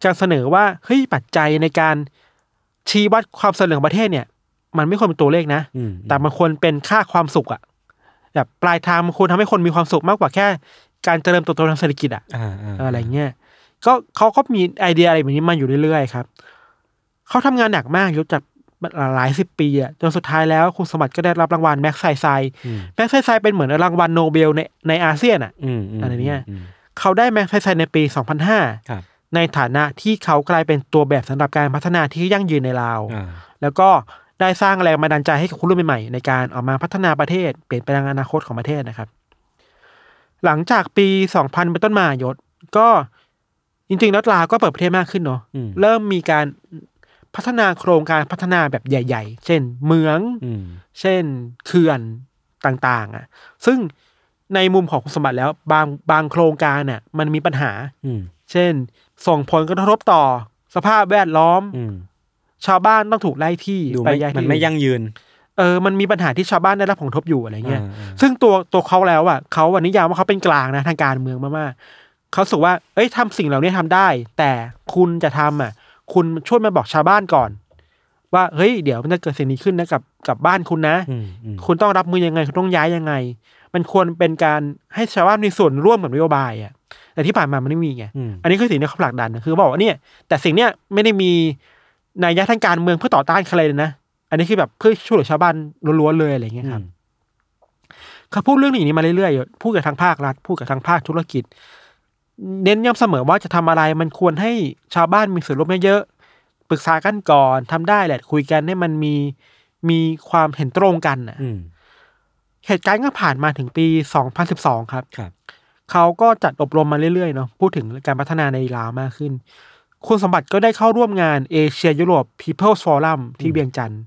[SPEAKER 3] การเสนอว่าเฮ้ยปัจจัยในการชี้วัดความเสถียรของประเทศเนี่ย มันไม่ควรเป็นตัวเลขนะ
[SPEAKER 2] อืม
[SPEAKER 3] แต่มันควรเป็นค่าความสุขอะแบบปลายทางมันควรทำให้คนมีความสุขมากกว่าแค่ การเจริญเติบโตทางเศรษฐกิจอะ
[SPEAKER 2] อ่าอ่า
[SPEAKER 3] อะไรเงี้ย ก็เขาก็มีไอเดียอะไรแบบนี้มาอยู่เรื่อยๆครับ เขาทำงานหนักมากยศจากหลายสิบปีอะจนสุดท้ายแล้วคุณสมบัติก็ได้รับรางวัลแม็กไซไซ
[SPEAKER 2] อืม
[SPEAKER 3] แม็กไซไซเป็นเหมือนรางวัลโนเบลในในอาเซียนอะ
[SPEAKER 2] อืมม
[SPEAKER 3] อะไรเนี่ย
[SPEAKER 2] ม
[SPEAKER 3] เขาได้แม็กไซไซในปี
[SPEAKER 2] ครับ
[SPEAKER 3] 2005 ในฐานะที่เขากลายเป็นตัวแบบสำหรับการพัฒนาที่ยั่งยืนในลาว
[SPEAKER 2] อ่า
[SPEAKER 3] แล้วก็ได้สร้างแรงบันดาลใจให้กับคนรุ่นใหม่ๆในการออกมาพัฒนาประเทศ เปลี่ยนแปลงอนาคตของประเทศนะครับ หลังจากปี 2000 เป็นต้นมายศ ก็จริงๆแล้วลาวก็เปิดประเทศมากขึ้นเนาะ
[SPEAKER 2] อืม
[SPEAKER 3] เริ่มมีการ พัฒนาโครงการพัฒนาแบบใหญ่ ๆ เช่นเหมือง
[SPEAKER 2] อืม
[SPEAKER 3] เช่นเขื่อนต่างๆ อ่ะ ซึ่งในมุมของคุณสมบัติแล้วบางบางโครงการน่ะมันมีปัญหา
[SPEAKER 2] อืม
[SPEAKER 3] เช่น ส่งผลกระทบต่อสภาพแวดล้อม
[SPEAKER 2] อืม
[SPEAKER 3] ชาวบ้านต้องถูกไล่ที่
[SPEAKER 2] ดู
[SPEAKER 3] ไป
[SPEAKER 2] ไม่
[SPEAKER 3] ย้ายที่
[SPEAKER 2] มันไม่ยั่งยืน
[SPEAKER 3] เออมันมีปัญหาที่ชาวบ้านได้รับผลกระทบอยู่อะไรเงี้ย
[SPEAKER 2] อ่าอ่า
[SPEAKER 3] ซึ่งตัวตัวเขาแล้วอ่ะเขาอะนิยามว่าเขาเป็นกลางนะทางการเมืองมากๆเขารู้สึกว่า เอ้ยทำสิ่งเหล่านี้ทำได้ แต่คุณจะทำอ่ะ คุณช่วยมาบอกชาวบ้านก่อน ว่าเฮ้ยเดี๋ยวมันจะเกิดสิ่งนี้ขึ้นนะกับกับบ้านคุณนะ
[SPEAKER 2] อืมอืม
[SPEAKER 3] คุณต้องรับมือยังไง คุณต้องย้ายยังไง มันควรเป็นการให้ชาวบ้านมีส่วนร่วมกับนโยบายอ่ะ แต่ที่ผ่านมามันไม่มีไง
[SPEAKER 2] อืม
[SPEAKER 3] อันนี้คือสิ่งที่เขาผลักดันนะคือบอกว่าเนี่ย แต่สิ่งเนี้ยไม่ได้มีนัยยะทางการเมืองเพื่อต่อต้านใครเลยนะ อันนี้คือแบบเพื่อช่วยเหลือชาวบ้านล้วนๆเลยอะไรอย่างเงี้ยครับ เขาพูดเรื่องอย่างนี้มาเรื่อยๆ พูดกับทางภาครัฐ พูดกับทางภาคธุรกิจ เน้นย้ำเสมอว่าจะทำอะไรมันควรให้ชาวบ้านมีส่วนร่วมเยอะๆปรึกษากันก่อนทำได้แหละ คุยกันให้มันมีมีความเห็นตรงกันนะ
[SPEAKER 2] อืม
[SPEAKER 3] เหตุการณ์ก็ผ่านมาถึงปี 2012 ครับ
[SPEAKER 2] ครับ
[SPEAKER 3] เขาก็จัดอบรมมาเรื่อยๆเนาะพูดถึงการพัฒนาในลาวมากขึ้น คุณสมบัติก็ได้เข้าร่วมงานเอเชียยุโรป People's Forum ที่เวียงจันทร์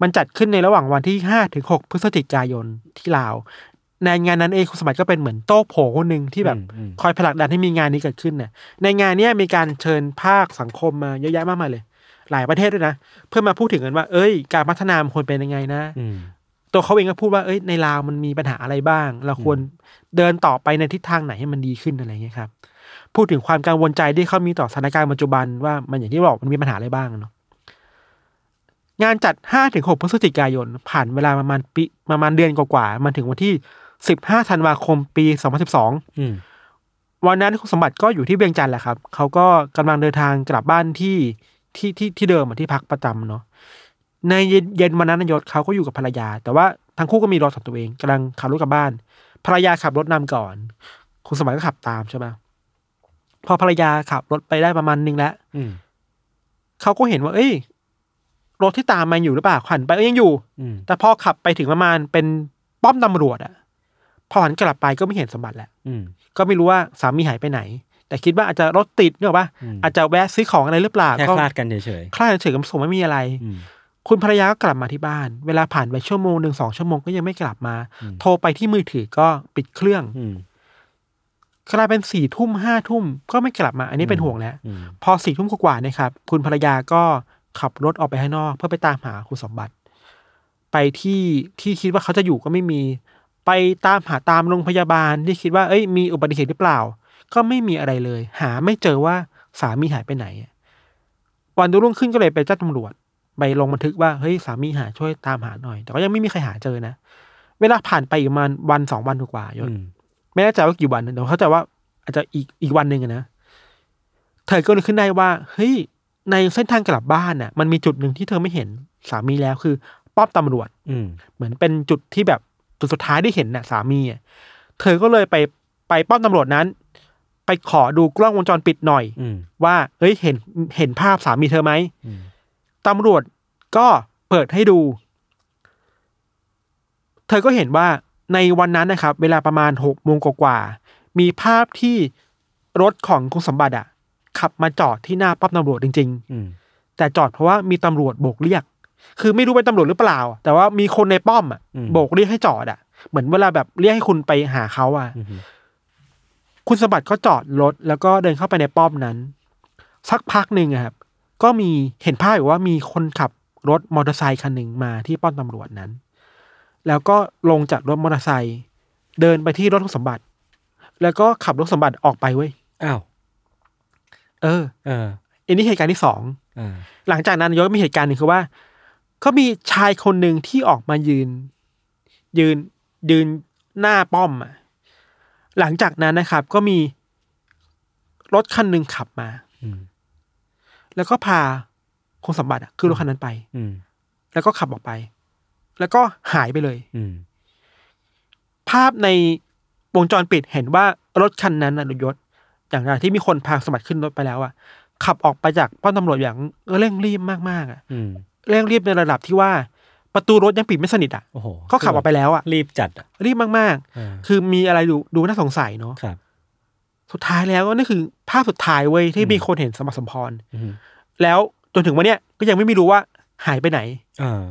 [SPEAKER 3] มันจัดขึ้นในระหว่างวันที่ 5 ถึง 6 พฤศจิกายนที่ลาว ในงานนั้นเองคุณสมบัติก็เป็นเหมือนโต้โผคนหนึ่งที่แบบ
[SPEAKER 2] อืมอืม
[SPEAKER 3] คอยผลักดันให้มีงานนี้เกิดขึ้นน่ะในงานเนี้ยมีการเชิญภาคสังคมมาเยอะแยะมากมายเลย หลายประเทศด้วยนะ เพื่อมาพูดถึงกันว่า เอ้ย การพัฒนามันควรเป็นยังไงนะ
[SPEAKER 2] อืม
[SPEAKER 3] ตัวเขาเองก็พูดว่าเอ้ยในลาวมันมีปัญหาอะไรบ้าง เราควรเดินต่อไปในทิศทางไหนให้มันดีขึ้นอะไรเงี้ยครับ พูดถึงความกังวลใจที่เขามีต่อสถานการณ์ปัจจุบันว่ามันอย่างที่บอกมันมีปัญหาอะไรบ้างเนาะงานจัด 5-6 พฤศจิกายน ผ่านเวลาประมาณปีประมาณเดือนกว่าๆมาถึงวันที่ 15 ธันวาคมปี 2012
[SPEAKER 2] อืม
[SPEAKER 3] วันนั้นคุณสมบัติก็อยู่ที่เวียงจันทร์แหละครับ เขาก็กำลังเดินทางกลับบ้านที่ที่ที่ที่เดิมอะที่พักประจำเนาะ ในเย็นเย็นวันนั้นนายศเขาก็อยู่กับภรรยา แต่ว่าทั้งคู่ก็มีรถของตัวเองกำลังขับรถกลับบ้าน ภรรยาขับรถนำก่อน คุณสมบัติก็ขับตามใช่ไหมพอภรรยาขับรถไปได้ประมาณนึงแล้ว
[SPEAKER 2] อืม
[SPEAKER 3] เขาก็เห็นว่า เอ้ย รถที่ตามมาอยู่หรือเปล่าขันไปเอ้ยยังอยู่
[SPEAKER 2] อืม
[SPEAKER 3] แต่พอขับไปถึงประมาณเป็นป้อมตำรวจอะพอหันกลับไปก็ไม่เห็นสมบัติแล้ว
[SPEAKER 2] อืม
[SPEAKER 3] ก็ไม่รู้ว่าสามีหายไปไหน แต่คิดว่าอาจจะรถติดเนี่ยหรอปะ
[SPEAKER 2] อืม
[SPEAKER 3] อาจจะแวะซื้อของอะไรหรือเปล่า
[SPEAKER 2] แค่
[SPEAKER 3] ก็
[SPEAKER 2] คลาดกันเฉย
[SPEAKER 3] คลาดเฉยๆก็สมไม่มีอะไร
[SPEAKER 2] ๆอืม
[SPEAKER 3] คุณภรรยาก็กลับมาที่บ้าน เวลาผ่านไปชั่วโมงหนึ่งสองชั่วโมงก็ยังไม่กลับมา
[SPEAKER 2] อืม
[SPEAKER 3] โทรไปที่มือถือก็ปิดเครื่อง
[SPEAKER 2] อืม
[SPEAKER 3] กลายเป็นสี่ทุ่มห้าทุ่มก็ไม่กลับมา อันนี้เป็นห่วงแล้ว
[SPEAKER 2] อืม
[SPEAKER 3] พอสี่ทุ่มกว่าๆเนะครับ คุณภรรยาก็ขับรถออกไปข้างนอก เพื่อไปตามหาคุณสมบัติ ไปที่ที่คิดว่าเขาจะอยู่ก็ไม่มี ไปตามหาตามโรงพยาบาลที่คิดว่าเอ้ยมีอุบัติเหตุหรือเปล่า ก็ไม่มีอะไรเลย หาไม่เจอว่าสามีหายไปไหนอะวันรุ่งขึ้นก็เลยไปแจ้งตำรวจไปลงบันทึกว่าเฮ้ยสามีหายช่วยตามหาหน่อย แต่ก็ยังไม่มีใครหาเจอนะ เวลาผ่านไปอีกประมาณวันสองวันกว่าๆยศ
[SPEAKER 2] อืม
[SPEAKER 3] ไม่แน่ใจว่ากี่วันนะแต่เข้าใจว่าอาจจะอีกอีกวันหนึ่งอะนะ เธอก็นึกขึ้นได้ว่า เฮ้ย ในเส้นทางกลับบ้านน่ะ มันมีจุดหนึ่งที่เธอไม่เห็นสามีแล้วคือป้อมตำรวจ
[SPEAKER 2] อืม
[SPEAKER 3] เหมือนเป็นจุดที่แบบจุดสุดท้ายที่เห็นน่ะสามีอะเธอก็เลยไปไปป้อมตำรวจนั้น ไปขอดูกล้องวงจรปิดหน่อย
[SPEAKER 2] อืม
[SPEAKER 3] ว่าเอ้ยเห็นเห็นภาพสามีเธอไหม
[SPEAKER 2] อืม
[SPEAKER 3] ตำรวจก็เปิดให้ดู เธอก็เห็นว่าในวันนั้นนะครับ เวลาประมาณหกโมงกว่าๆมีภาพที่รถของคุณสมบัติอะขับมาจอดที่หน้าป้อมตำรวจจริง
[SPEAKER 2] อืม
[SPEAKER 3] ๆ แต่จอดเพราะว่ามีตำรวจโบกเรียก คือไม่รู้เป็นตำรวจหรือเปล่า แต่ว่ามีคนในป้อมอะโบกเรียกให้จอดอะเหมือนเวลาแบบเรียกให้คุณไปหาเขาอะ
[SPEAKER 2] อืม
[SPEAKER 3] คุณสมบัติก็จอดรถแล้วก็เดินเข้าไปในป้อมนั้น สักพักหนึ่งอะครับ ก็มีเห็นภาพอยู่ว่ามีคนขับรถมอเตอร์ไซค์คันหนึ่งมาที่ป้อมตำรวจนั้น แล้วก็ลงจากรถมอเตอร์ไซค์เดินไปที่รถคุณสมบัติ แล้วก็ขับรถสมบัติออกไปเว้ย
[SPEAKER 2] อ้าว
[SPEAKER 3] เออ
[SPEAKER 2] เออ
[SPEAKER 3] อันนี้เหตุการณ์ที่สอง
[SPEAKER 2] อ่า
[SPEAKER 3] หลังจากนั้นยศมีเหตุการณ์หนึ่งคือว่าก็มีชายคนหนึ่งที่ออกมายืน ยืนยืนหน้าป้อมอะหลังจากนั้นนะครับ ก็มีรถคันหนึ่งขับมา
[SPEAKER 2] อืม
[SPEAKER 3] แล้วก็พาคุณสมบัติอะคือรถคันนั้นไป
[SPEAKER 2] อืม
[SPEAKER 3] แล้วก็ขับออกไป แล้วก็หายไปเลย
[SPEAKER 2] อืม
[SPEAKER 3] ภาพในวงจรปิดเห็นว่ารถคันนั้นนะยศอย่างไรที่มีคนพาสมบัติขึ้นรถไปแล้วอะขับออกไปจากป้อมตำรวจอย่างเร่งรีบมากๆอะ
[SPEAKER 2] อืม
[SPEAKER 3] เร่งรีบในระดับที่ว่าประตูรถยังปิดไม่สนิทอ่ะ
[SPEAKER 2] โอ้โห
[SPEAKER 3] ก็ขับออกไปแล้วอ่ะ
[SPEAKER 2] รีบจัดอ่ะ
[SPEAKER 3] รีบมาก
[SPEAKER 2] เออ
[SPEAKER 3] ๆ คือมีอะไรดูดูน่าสงสัยเนาะ
[SPEAKER 2] ครับ
[SPEAKER 3] สุดท้ายแล้วก็นั่นคือภาพสุดท้ายเว้ยที่
[SPEAKER 2] อืม
[SPEAKER 3] มีคนเห็นสมบัติสมพร
[SPEAKER 2] อืม
[SPEAKER 3] แล้ว จนถึงวันเนี้ยก็ยังไม่มีรู้ว่าหายไปไหน
[SPEAKER 2] อ่า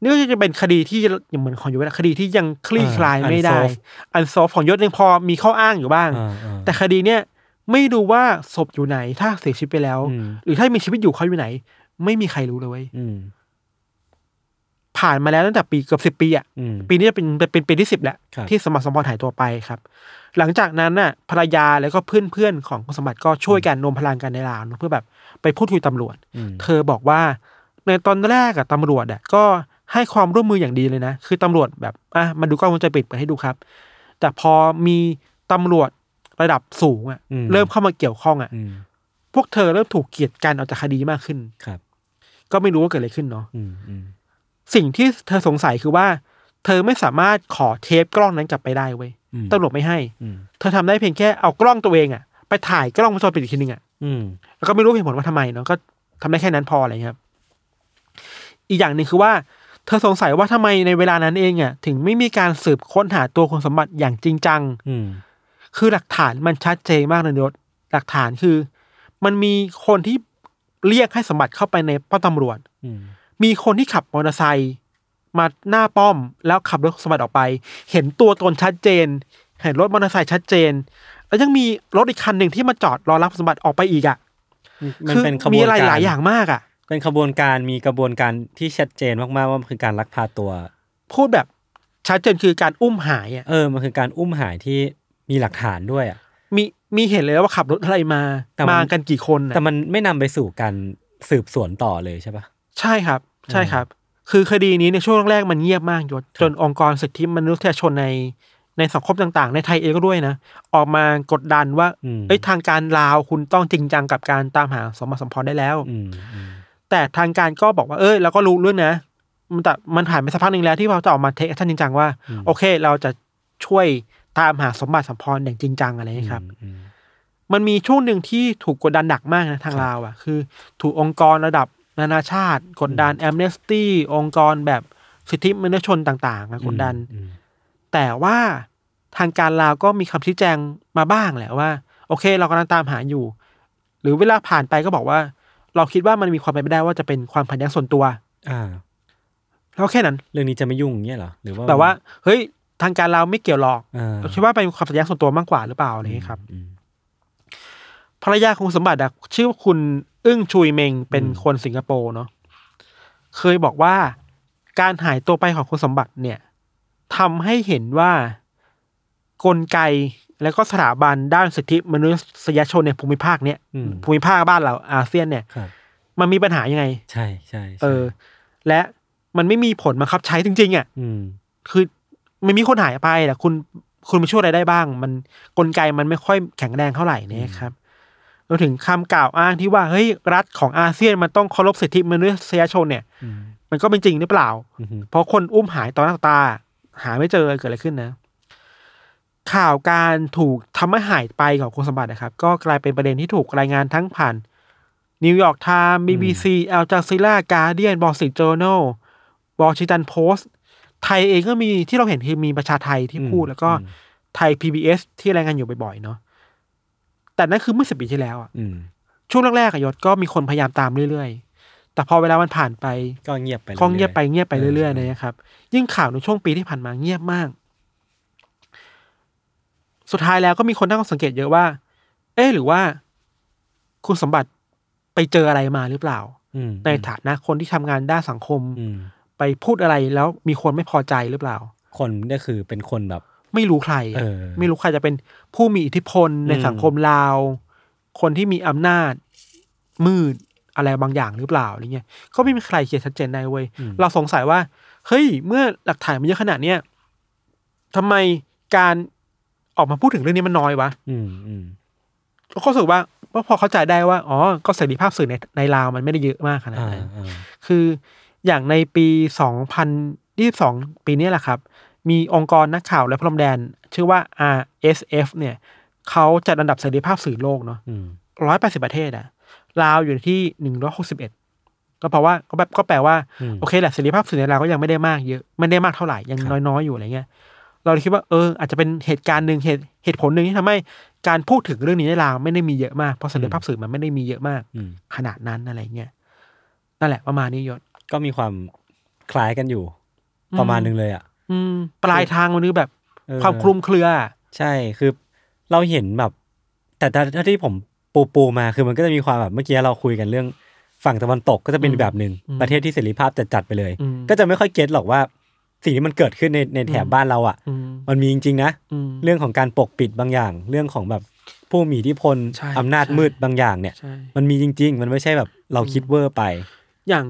[SPEAKER 3] นี่ก็จะเป็นคดีที่อย่างเหมือนของยศอะคดีที่ยังคลี่
[SPEAKER 2] เออ
[SPEAKER 3] คลายไม่ได้
[SPEAKER 2] unsolved
[SPEAKER 3] อันซอฟของยศยังพอมีข้ออ้างอยู่บ้าง
[SPEAKER 2] อ่าอ่า
[SPEAKER 3] แต่คดีเนี้ยไม่รู้ว่าศพอยู่ไหนถ้าเสียชีวิตไปแล้ว
[SPEAKER 2] อืม
[SPEAKER 3] หรือถ้ามีชีวิตอยู่เขาอยู่ไหน ไม่มีใครรู้เลยเว้ย
[SPEAKER 2] อืม
[SPEAKER 3] ผ่านมาแล้วตั้งแต่ปีเกือบสิบ10 ปีอะ
[SPEAKER 2] อืม
[SPEAKER 3] ปีนี้จะเป็นเป็นเป็นปีที่สิบแล้ว
[SPEAKER 2] ครับ
[SPEAKER 3] ที่สมบัติสมพรหายตัวไปครับ หลังจากนั้นน่ะภรรยาแล้วก็เพื่อนๆของคุณสมบัติก็ช่วยกันรวมพลังกันในลาวเนอะเพื่อแบบไปพูดคุยตำรวจ
[SPEAKER 2] อืม
[SPEAKER 3] เธอบอกว่าในตอนแรกอะตำรวจอะก็ให้ความร่วมมืออย่างดีเลยนะ คือตำรวจแบบอ่ะมาดูกล้องวงจรปิดไปดให้ดูครับ แต่พอมีตำรวจระดับสูงอะ
[SPEAKER 2] อืม
[SPEAKER 3] เริ่มเข้ามาเกี่ยวข้องอะ
[SPEAKER 2] อืม
[SPEAKER 3] พวกเธอเริ่มถูกเกลียดกันออกจากคดีมากขึ้น
[SPEAKER 2] ครับ
[SPEAKER 3] ก็ไม่รู้ว่าเกิดอะไรขึ้นเนาะ
[SPEAKER 2] อืมอืม
[SPEAKER 3] สิ่งที่เธอสงสัยคือว่า เธอไม่สามารถขอเทปกล้องนั้นกลับไปได้เว้ย
[SPEAKER 2] อืม
[SPEAKER 3] ตำรวจไม่ให้
[SPEAKER 2] อืม
[SPEAKER 3] เธอทำได้เพียงแค่เอากล้องตัวเองอะไปถ่ายกล้องวงจรปิดอีกทีนึงอะ
[SPEAKER 2] อืม
[SPEAKER 3] แล้วก็ไม่รู้เหตุผลว่าทำไมเนาะก็ทำได้แค่นั้นพออะไรเงี้ยครับ อีกอย่างหนึ่งคือว่า เธอสงสัยว่าทำไมในเวลานั้นเองอ่ะถึงไม่มีการสืบค้นหาตัวคุณสมบัติอย่างจริงจัง
[SPEAKER 2] อืม
[SPEAKER 3] คือหลักฐานมันชัดเจนมากเลยยศหลักฐานคือ มันมีคนที่เรียกให้สมบัติเข้าไปในป้อมตำรวจ
[SPEAKER 2] อืม
[SPEAKER 3] มีคนที่ขับมอเตอร์ไซค์มาหน้าป้อม แล้วขับรถสมบัติออกไป เห็นตัวตนชัดเจน เห็นรถมอเตอร์ไซค์ชัดเจน แล้วยังมีรถอีกคันหนึ่งที่มาจอดรอรับสมบัติออกไปอีกอ่ะ
[SPEAKER 2] มันเป็นขบวนการ
[SPEAKER 3] มีอะไรหลายอย่างมากอ่ะ
[SPEAKER 2] เป็นขบวนการมีกระบวนการที่ชัดเจนมากๆว่ามันคือการลักพาตัว
[SPEAKER 3] พูดแบบชัดเจนคือการอุ้มหายอ่ะ
[SPEAKER 2] เออ มันคือการอุ้มหายที่มีหลักฐานด้วยอ่ะ
[SPEAKER 3] มีมีเห็นเลยว่าขับรถอะไรมา
[SPEAKER 2] แต่มัน
[SPEAKER 3] มากันกี่คนอ่ะ
[SPEAKER 2] แต่มันไม่นำไปสู่การสืบสวนต่อเลยใช่ปะ
[SPEAKER 3] ใช่ครับ ใช่ครับ คือคดีนี้ในยช่วงแรกๆมันเงียบมากยศจนองค์กรสิทธิมนุษยชนในในสังคมต่างๆ ในไทยเองก็ด้วยนะ ออกมากดดันว่า
[SPEAKER 2] อืม
[SPEAKER 3] เอ้ยทางการลาวคุณต้องจริงจังกับการตามหาสมบัติสมพรได้แล้ว
[SPEAKER 2] อืมอืม
[SPEAKER 3] แต่ทางการก็บอกว่าเอ้ยเราก็รู้เรื่องนะ มันแต่มันผ่านไปสักพักหนึ่งแล้วที่เราจะออกมาเทคแอคชั่นจริงจังว่า โอเค เราจะช่วยตามหาสมบัติสมพรอย่างจริงจังอะไรอย่างนี้ครับ
[SPEAKER 2] อืม
[SPEAKER 3] มันมีช่วงหนึ่งที่ถูกกดดันหนักมากนะทางลาวอ่ะ คือ ถูกองค์กรระดับนานาชาติ กดดันแอมเนสตี้องค์กรแบบสิทธิมนุษยชนต่างๆอะกดดัน
[SPEAKER 2] อืม
[SPEAKER 3] แต่ว่าทางการลาวก็มีคำชี้แจงมาบ้างแหละว่า โอเค เรากำลังตามหาอยู่ หรือเวลาผ่านไปก็บอกว่า เราคิดว่ามันมีความเป็นไปได้ว่าจะเป็นความขัดแย้งส่วนตัว
[SPEAKER 2] อ่า
[SPEAKER 3] แล้วแค่นั้น
[SPEAKER 2] เรื่องนี้จะไม่ยุ่งเงี้ยเหรอหรือว่า
[SPEAKER 3] แต่ว่าเฮ้ยทางการลาวไม่เกี่ยวหรอก
[SPEAKER 2] อ่า
[SPEAKER 3] เราคิดว่าเป็นความขัดแย้งส่วนตัวมากกว่าหรือเปล่าอะไรอย่างนี้ครับ
[SPEAKER 2] อืม
[SPEAKER 3] ภรรยาของคุณสมบัติอะชื่อว่าคุณอึ้งชุยเมงเป็น
[SPEAKER 2] อืม
[SPEAKER 3] คนสิงคโปร์เนาะเคยบอกว่าการหายตัวไปของคุณสมบัติเนี่ยทำให้เห็นว่ากลไกและก็สถาบันด้านสิทธิมนุษยชนในภูมิภาคเนี่ย
[SPEAKER 2] อืม
[SPEAKER 3] ภูมิภาคบ้านเราอาเซียนเนี่ย
[SPEAKER 2] ครับ
[SPEAKER 3] มันมีปัญหายังไง
[SPEAKER 2] ใช่ใช่ใช่
[SPEAKER 3] เออ และมันไม่มีผลบังคับใช้จริงๆอะ่ะ
[SPEAKER 2] ม
[SPEAKER 3] คือมันมีคนหายไปแต่คุณคุณมาช่วยอะไรได้บ้าง มันกลไกมันไม่ค่อยแข็งแรงเท่าไหร่เนี่ยครับ รวมถึงคำกล่าวอ้างที่ว่าเฮ้ยรัฐของอาเซียนมันต้องเคารพสิทธิมนุษยชนเนี่ย
[SPEAKER 2] อืม
[SPEAKER 3] มันก็เป็นจริงหรือเปล่า
[SPEAKER 2] อืม
[SPEAKER 3] เพราะคนอุ้มหายตอนหน้าตา หาไม่เจอเกิดอะไรขึ้นนะ ข่าวการถูกทำให้หายไปของคุณสมบัตินะครับ ก็กลายเป็นประเด็นที่ถูกรายงานทั้งผ่านนิวยอร์กไทม์บีบีซีแอลจาซิล่าการเดียนบอส t ิ o จ r n น l บอชิตันโพสไทยเองก็มีที่เราเห็นคือมีประชาไทยที่พูดแล้วก็ไทย PBS ที่รายงานอยู่บ่อยๆเนาะแต่นั่นคือเมื่อสิบปีที่แล้วอะ
[SPEAKER 2] อืม
[SPEAKER 3] ช่วงแรกๆอะยศก็มีคนพยายามตามเรื่อยๆ แต่พอเวลามันผ่านไป
[SPEAKER 2] ก็เงียบไปรื่
[SPEAKER 3] ก็เงียบไปเงียบไปเรื่อยๆ
[SPEAKER 2] เ
[SPEAKER 3] เลยนะครับ ยิ่งข่าวในช่วงปีที่ผ่านมาเงียบมาก สุดท้ายแล้วก็มีคนตั้งข้อสังเกตเยอะว่า เอ๊ะหรือว่า คุณสมบัติไปเจออะไรมาหรือเปล่า
[SPEAKER 2] อืม
[SPEAKER 3] ในฐานะคนที่ทำงานด้านสังคม
[SPEAKER 2] อืม
[SPEAKER 3] ไปพูดอะไรแล้วมีคนไม่พอใจหรือเปล่า
[SPEAKER 2] คนเนี่ยคือเป็นคนแบบ
[SPEAKER 3] ไม่รู้ใครอะ
[SPEAKER 2] เออ
[SPEAKER 3] ไม่รู้ใครจะเป็นผู้มีอิทธิพลใน
[SPEAKER 2] อืม
[SPEAKER 3] สังคมลาว คนที่มีอำนาจ มืดอะไรบางอย่างหรือเปล่าอะไรเงี้ยก็ไม่มีใครเคลียร์ชัดเจนได้เว้ยเราสงสัยว่าเฮ้ยเมื่อหลักฐานมันเยอะขนาดเนี้ยทำไมการออกมาพูดถึงเรื่องนี้มันน้อยวะ
[SPEAKER 2] อืมอืม
[SPEAKER 3] เราก็รู้สึกว่าว่าพอเข้าใจได้ว่าอ๋อก็เสรีภาพสื่อในในลาวมันไม่ได้เยอะมากขนาด
[SPEAKER 2] อ่า
[SPEAKER 3] นั้น
[SPEAKER 2] อ่า
[SPEAKER 3] คืออย่างในปี 2022 ปีนี้แหละครับ มีองค์กรนักข่าวและพลเมืองแดน ชื่อว่า RSF เนี่ยเขาจัดอันดับเสรีภาพสื่อโลกเนาะ
[SPEAKER 2] อืม
[SPEAKER 3] 180 ประเทศอะลาวอยู่ที่ 161 ก็เพราะว่าก็แบบก็แปลว่า
[SPEAKER 2] อืม
[SPEAKER 3] โอเคแหละเสรีภาพสื่อในลาวก็ยังไม่ได้มากเยอะไม่ได้มากเท่าไหร่ ยัง
[SPEAKER 2] ครับ
[SPEAKER 3] น้อยๆอยู่อะไรเงี้ย เราเลยคิดว่าเอออาจจะเป็นเหตุการณ์หนึ่งเหตุเหตุผลหนึ่งที่ทำให้การพูดถึงเรื่องนี้ในลาวไม่ได้มีเยอะมากเพราะเสรีภาพสื่อมันไม่ได้มีเยอะมาก
[SPEAKER 2] อืม
[SPEAKER 3] ขนาดนั้นอะไรเงี้ย นั่นแหละประมาณนี้ยศ
[SPEAKER 2] ก็มีความคล้ายกันอยู่ ประมาณ
[SPEAKER 3] อืม
[SPEAKER 2] นึงเลยอ่ะ
[SPEAKER 3] อืม ปลายทางมันคือแบบ
[SPEAKER 2] เออ
[SPEAKER 3] ความคลุมเครืออะ
[SPEAKER 2] ใช่คือเราเห็นแบบ แต่ถ้าถ้าที่ผมปูปูมาคือมันก็จะมีความแบบเมื่อกี้เราคุยกันเรื่องฝั่งตะวันตกก็จะเป็นอีกแบบหนึ่งประเทศที่เสรีภาพจัดจัดๆไปเลย
[SPEAKER 3] อืม
[SPEAKER 2] ก็จะไม่ค่อยเก็ตหรอกว่าสิ่งที่มันเกิดขึ้นในในแถบ
[SPEAKER 3] อืม
[SPEAKER 2] บ้านเราอ่ะ
[SPEAKER 3] อืม
[SPEAKER 2] มันมีจริงๆนะ
[SPEAKER 3] อืม
[SPEAKER 2] เรื่องของการปกปิดบางอย่าง เรื่องของแบบผู้มีอิทธิพล
[SPEAKER 3] ใช่
[SPEAKER 2] อำนาจ
[SPEAKER 3] ใช่
[SPEAKER 2] มืดบางอย่างเนี่ย
[SPEAKER 3] ใช่
[SPEAKER 2] มันมีจริง ๆ มันไม่ใช่แบบเราคิดเวอร์ไป
[SPEAKER 3] อย่าง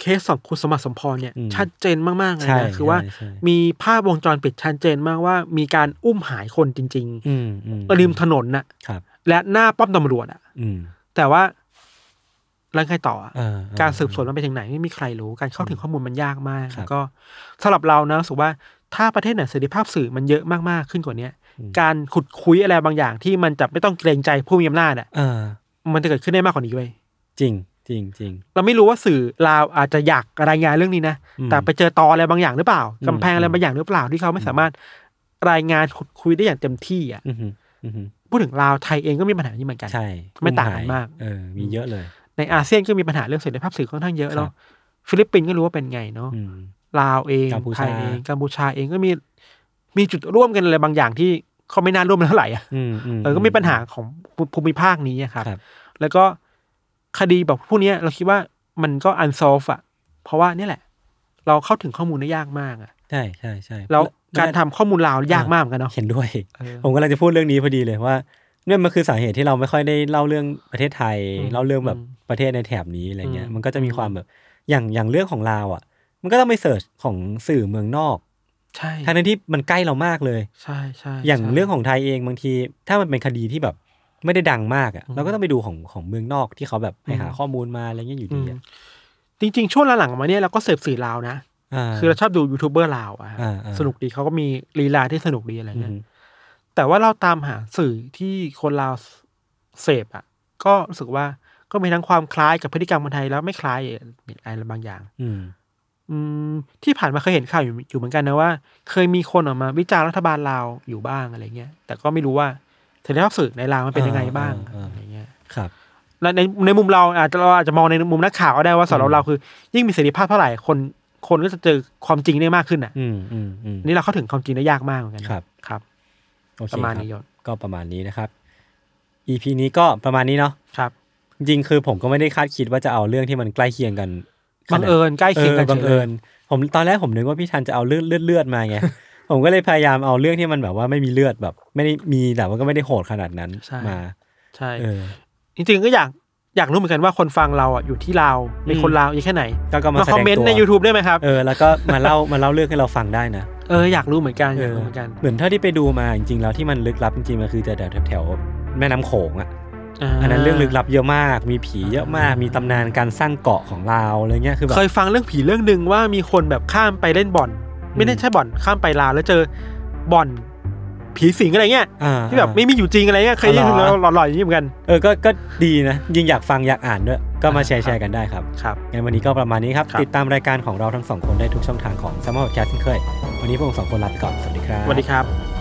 [SPEAKER 3] เคสของคุณสมบัติสมพรเนี่ย
[SPEAKER 2] อืม
[SPEAKER 3] ชัดเจนมากๆเลย
[SPEAKER 2] ใช่
[SPEAKER 3] นะคือว่า
[SPEAKER 2] ใช่ใช่
[SPEAKER 3] มีภาพวงจรปิดชัดเจนมากว่ามีการอุ้มหายคนจริง
[SPEAKER 2] อืมอืม
[SPEAKER 3] ๆริมถนนน่ะ
[SPEAKER 2] ครับ
[SPEAKER 3] และหน้าป้อมตำรวจอ่ะ
[SPEAKER 2] อืม
[SPEAKER 3] แต่ว่าแล้วไงต่ออะ
[SPEAKER 2] เออ
[SPEAKER 3] การสืบสวนมันไปถึงไหนไม่มีใครรู้การเข้าถึงข้อมูลมันยากมาก
[SPEAKER 2] ครับ
[SPEAKER 3] แล้วก็สำหรับเรานะรู้สุว่าถ้าประเทศไหนเสรีภาพสื่อมันเยอะมากๆขึ้นกว่าเนี้ย
[SPEAKER 2] อืม
[SPEAKER 3] การขุดคุยอะไรบางอย่างที่มันจะไม่ต้องเกรงใจผู้มีอำนาจอ่ะ
[SPEAKER 2] เออ
[SPEAKER 3] มันจะเกิดขึ้นได้มากกว่านี้เว้ย
[SPEAKER 2] จริงจริงจริง
[SPEAKER 3] เราไม่รู้ว่าสื่อลาวอาจจะอยากรายงานเรื่องนี้นะ
[SPEAKER 2] อืม
[SPEAKER 3] แต่ไปเจอตออะไรบางอย่างหรือเปล่า
[SPEAKER 2] อืม
[SPEAKER 3] กำแพงอะไรบางอย่างหรือเปล่าที่เขาไม่สามารถรายงานขุดคุยได้อย่างเต็มที่อ่ะ
[SPEAKER 2] อืมอืม
[SPEAKER 3] พูดถึงลาวไทยเองก็มีปัญหาแบบนี้เหมือนกัน
[SPEAKER 2] ใช่
[SPEAKER 3] ไม่ต่างกันมาก
[SPEAKER 2] เออ มีเยอะเลย
[SPEAKER 3] ในอาเซียนก็มีปัญหาเรื่องเสรีภาพสื่อค่อนข้างเยอะ
[SPEAKER 2] ครับ
[SPEAKER 3] เนาะฟิลิปปินส์ก็รู้ว่าเป็นไงเนาะ
[SPEAKER 2] อืม
[SPEAKER 3] ลาวเอง
[SPEAKER 2] กัมพูชา
[SPEAKER 3] ไทยเองกัมพูชาเองก็มีมีจุดร่วมกันอะไรบางอย่างที่เขาไม่น่าร่วมกันเท่าไหร่อ่ะ
[SPEAKER 2] อืมอืม
[SPEAKER 3] เออก็มีปัญหาของภูภูมิภาคนี้อะครับ
[SPEAKER 2] ครับ
[SPEAKER 3] แล้วก็คดีแบบพวกเนี้ยเราคิดว่ามันก็อันซอฟอะเพราะว่าเนี่ยแหละ เราเข้าถึงข้อมูลได้ยากมากอะ
[SPEAKER 2] ใช่ใช่ใช่
[SPEAKER 3] แล้ว
[SPEAKER 2] ะ
[SPEAKER 3] การทำข้อมูลเรายากมากเหมือนกันเนาะ
[SPEAKER 2] เห็นด้วย
[SPEAKER 3] เออ
[SPEAKER 2] ผมกำลังจะพูดเรื่องนี้พอดีเลยว่าเนี่ยมันคือสาเหตุที่เราไม่ค่อยได้เล่าเรื่องประเทศไทย
[SPEAKER 3] อืม
[SPEAKER 2] เล่าเรื่องแบบ
[SPEAKER 3] อืม
[SPEAKER 2] ประเทศในแถบนี้อะไรเงี้ย
[SPEAKER 3] อืม
[SPEAKER 2] มันก็จะมีความแบบอย่างอย่างเรื่องของลาวอ่ะ มันก็ต้องไปเสิร์ชของสื่อเมืองนอก
[SPEAKER 3] ใช่
[SPEAKER 2] ทั้งๆที่มันใกล้เรามากเลย
[SPEAKER 3] ใช่ใช่
[SPEAKER 2] อย่าง
[SPEAKER 3] ใช่
[SPEAKER 2] เรื่องของไทยเองบางที ถ้ามันเป็นคดีที่แบบไม่ได้ดังมากอ่ะเราก็ต้องไปดูของของเมืองนอกที่เขาแบบไปหาข้อมูลมาอะไรเงี้ยอยู่
[SPEAKER 3] อื
[SPEAKER 2] ดี
[SPEAKER 3] ม
[SPEAKER 2] อ่ะ
[SPEAKER 3] จริงๆ ช่วงหลังๆมาเนี่ยเราก็เสพสื่อลาวนะ
[SPEAKER 2] า
[SPEAKER 3] คือเราชอบดูยูทูบเบอร์ลาวอะ
[SPEAKER 2] อ่าอ่า
[SPEAKER 3] สนุกดีเขาก็มีลีลาที่สนุกดีอะไร
[SPEAKER 2] อื
[SPEAKER 3] เงี้ย
[SPEAKER 2] ม
[SPEAKER 3] แต่ว่าเราตามหาสื่อที่คนลาวเสพอะก็รู้สึกว่าก็มีทั้งความคล้ายกับพฤติกรรมคนไทยแล้วไม่คล้ายอะไรบางอย่าง
[SPEAKER 2] อืม
[SPEAKER 3] อืมที่ผ่านมาเคยเห็นข่าวอยู่อยู่เหมือนกันนะว่า เคยมีคนออกมาวิจารณ์รัฐบาลลาวอยู่บ้างอะไรเงี้ยแต่ก็ไม่รู้ว่าเสรีภาพสื่อในลาวมันเป็นยังไงบ้างอะไรเงี้ย
[SPEAKER 2] ครับ
[SPEAKER 3] และในในมุมเราอาจจะเราอาจจะมองในมุมนักข่าวก็ได้ว่าสำหรับ
[SPEAKER 2] อืม
[SPEAKER 3] เราคือ ยิ่งมีเสรีภาพเท่าไหร่คนคนก็จะเจอความจริงได้มากขึ้นอ่ะ
[SPEAKER 2] อืมอืมอืม
[SPEAKER 3] นี่เราเข้าถึงความจริงได้ยากมากเหมือนกันนะครับ ครับ
[SPEAKER 2] โอเค
[SPEAKER 3] ประมาณ
[SPEAKER 2] คบ
[SPEAKER 3] นี้ยศ
[SPEAKER 2] ก็ประมาณนี้นะครับ EP นี้ก็ประมาณนี้เนาะ
[SPEAKER 3] ครับ
[SPEAKER 2] จริงๆคือผมก็ไม่ได้คาดคิดว่าจะเอาเรื่องที่มันใกล้เคียงกัน
[SPEAKER 3] บังเอิญใกล้เคียงกัน
[SPEAKER 2] ออบัง
[SPEAKER 3] ฉยลย
[SPEAKER 2] เอิญผมตอนแรกผมนึกว่าพี่ทันจะเอาเลือดเลือดเลือดมาไง ผมก็เลยพยายามเอาเรื่องที่มันแบบว่าไม่มีเลือดแบบ ไม่ได้มีแต่ว่าก็ไม่ได้โหดขนาดนั้นมา
[SPEAKER 3] ใช่
[SPEAKER 2] เออ
[SPEAKER 3] จริงๆก็อยากอยากรู้เหมือนกันว่าคนฟังเราอ่ะอยู่ที่ลาวมีคนลาวอยู่แค่ไหน
[SPEAKER 2] แล้วก็มา
[SPEAKER 3] มา
[SPEAKER 2] แสดง
[SPEAKER 3] คอมเมน
[SPEAKER 2] ตั
[SPEAKER 3] ต์
[SPEAKER 2] ว
[SPEAKER 3] ใน YouTube ได้ไหมครับ
[SPEAKER 2] เออ แล้วก็ มาเล่ามาเล่าเรื่องให้เราฟังได้นะ
[SPEAKER 3] เอออยากรู้เหมือนกันอยากรู้เหมือนกัน
[SPEAKER 2] เหมือนเท่าที่ไปดูมาจริงๆแล้วที่มันลึกลับจริงๆมันคือจะแถวแถวๆแม่น้ำโขงอ่ะ อันนั้นเรื่องลึกลับเยอะมาก มีผีเยอะมาก มีตำนานการสร้างเกาะของลาวอะไรเงี้ย คือแบบ
[SPEAKER 3] เคยฟังเรื่องผีเรื่องหนึ่งว่ามีคนแบบข้ามไปเล่นบ่อน ไม่ได้ใช่บ่อนข้ามไปลาวแล้วเจอบ่อนผีสิงอะไรเงี้ย
[SPEAKER 2] อ่า
[SPEAKER 3] ที่แบบไม่มีอยู่จริงอะไรเงี้ยเคยได้ยิน
[SPEAKER 2] อ๋อเหร
[SPEAKER 3] แล้
[SPEAKER 2] อ
[SPEAKER 3] วหลอนๆอย่างนี้เหมือนกัน
[SPEAKER 2] เออ ก็ ก็ดีนะ ยิ่งอยากฟังอยากอ่านด้วย ก็มาแชร์แชร์กันได้ครับ
[SPEAKER 3] ครับ
[SPEAKER 2] งั้นวันนี้ก็ประมาณนี้ครับ
[SPEAKER 3] ครับ
[SPEAKER 2] ติดตามรายการของเราทั้งสองคนได้ทุกช่องทางของ s ม m e r Podcast เช่นเคย วันนี้พวกเราสองคนลาไปก่อน สวัสดีครับ
[SPEAKER 3] สวัสดีครับ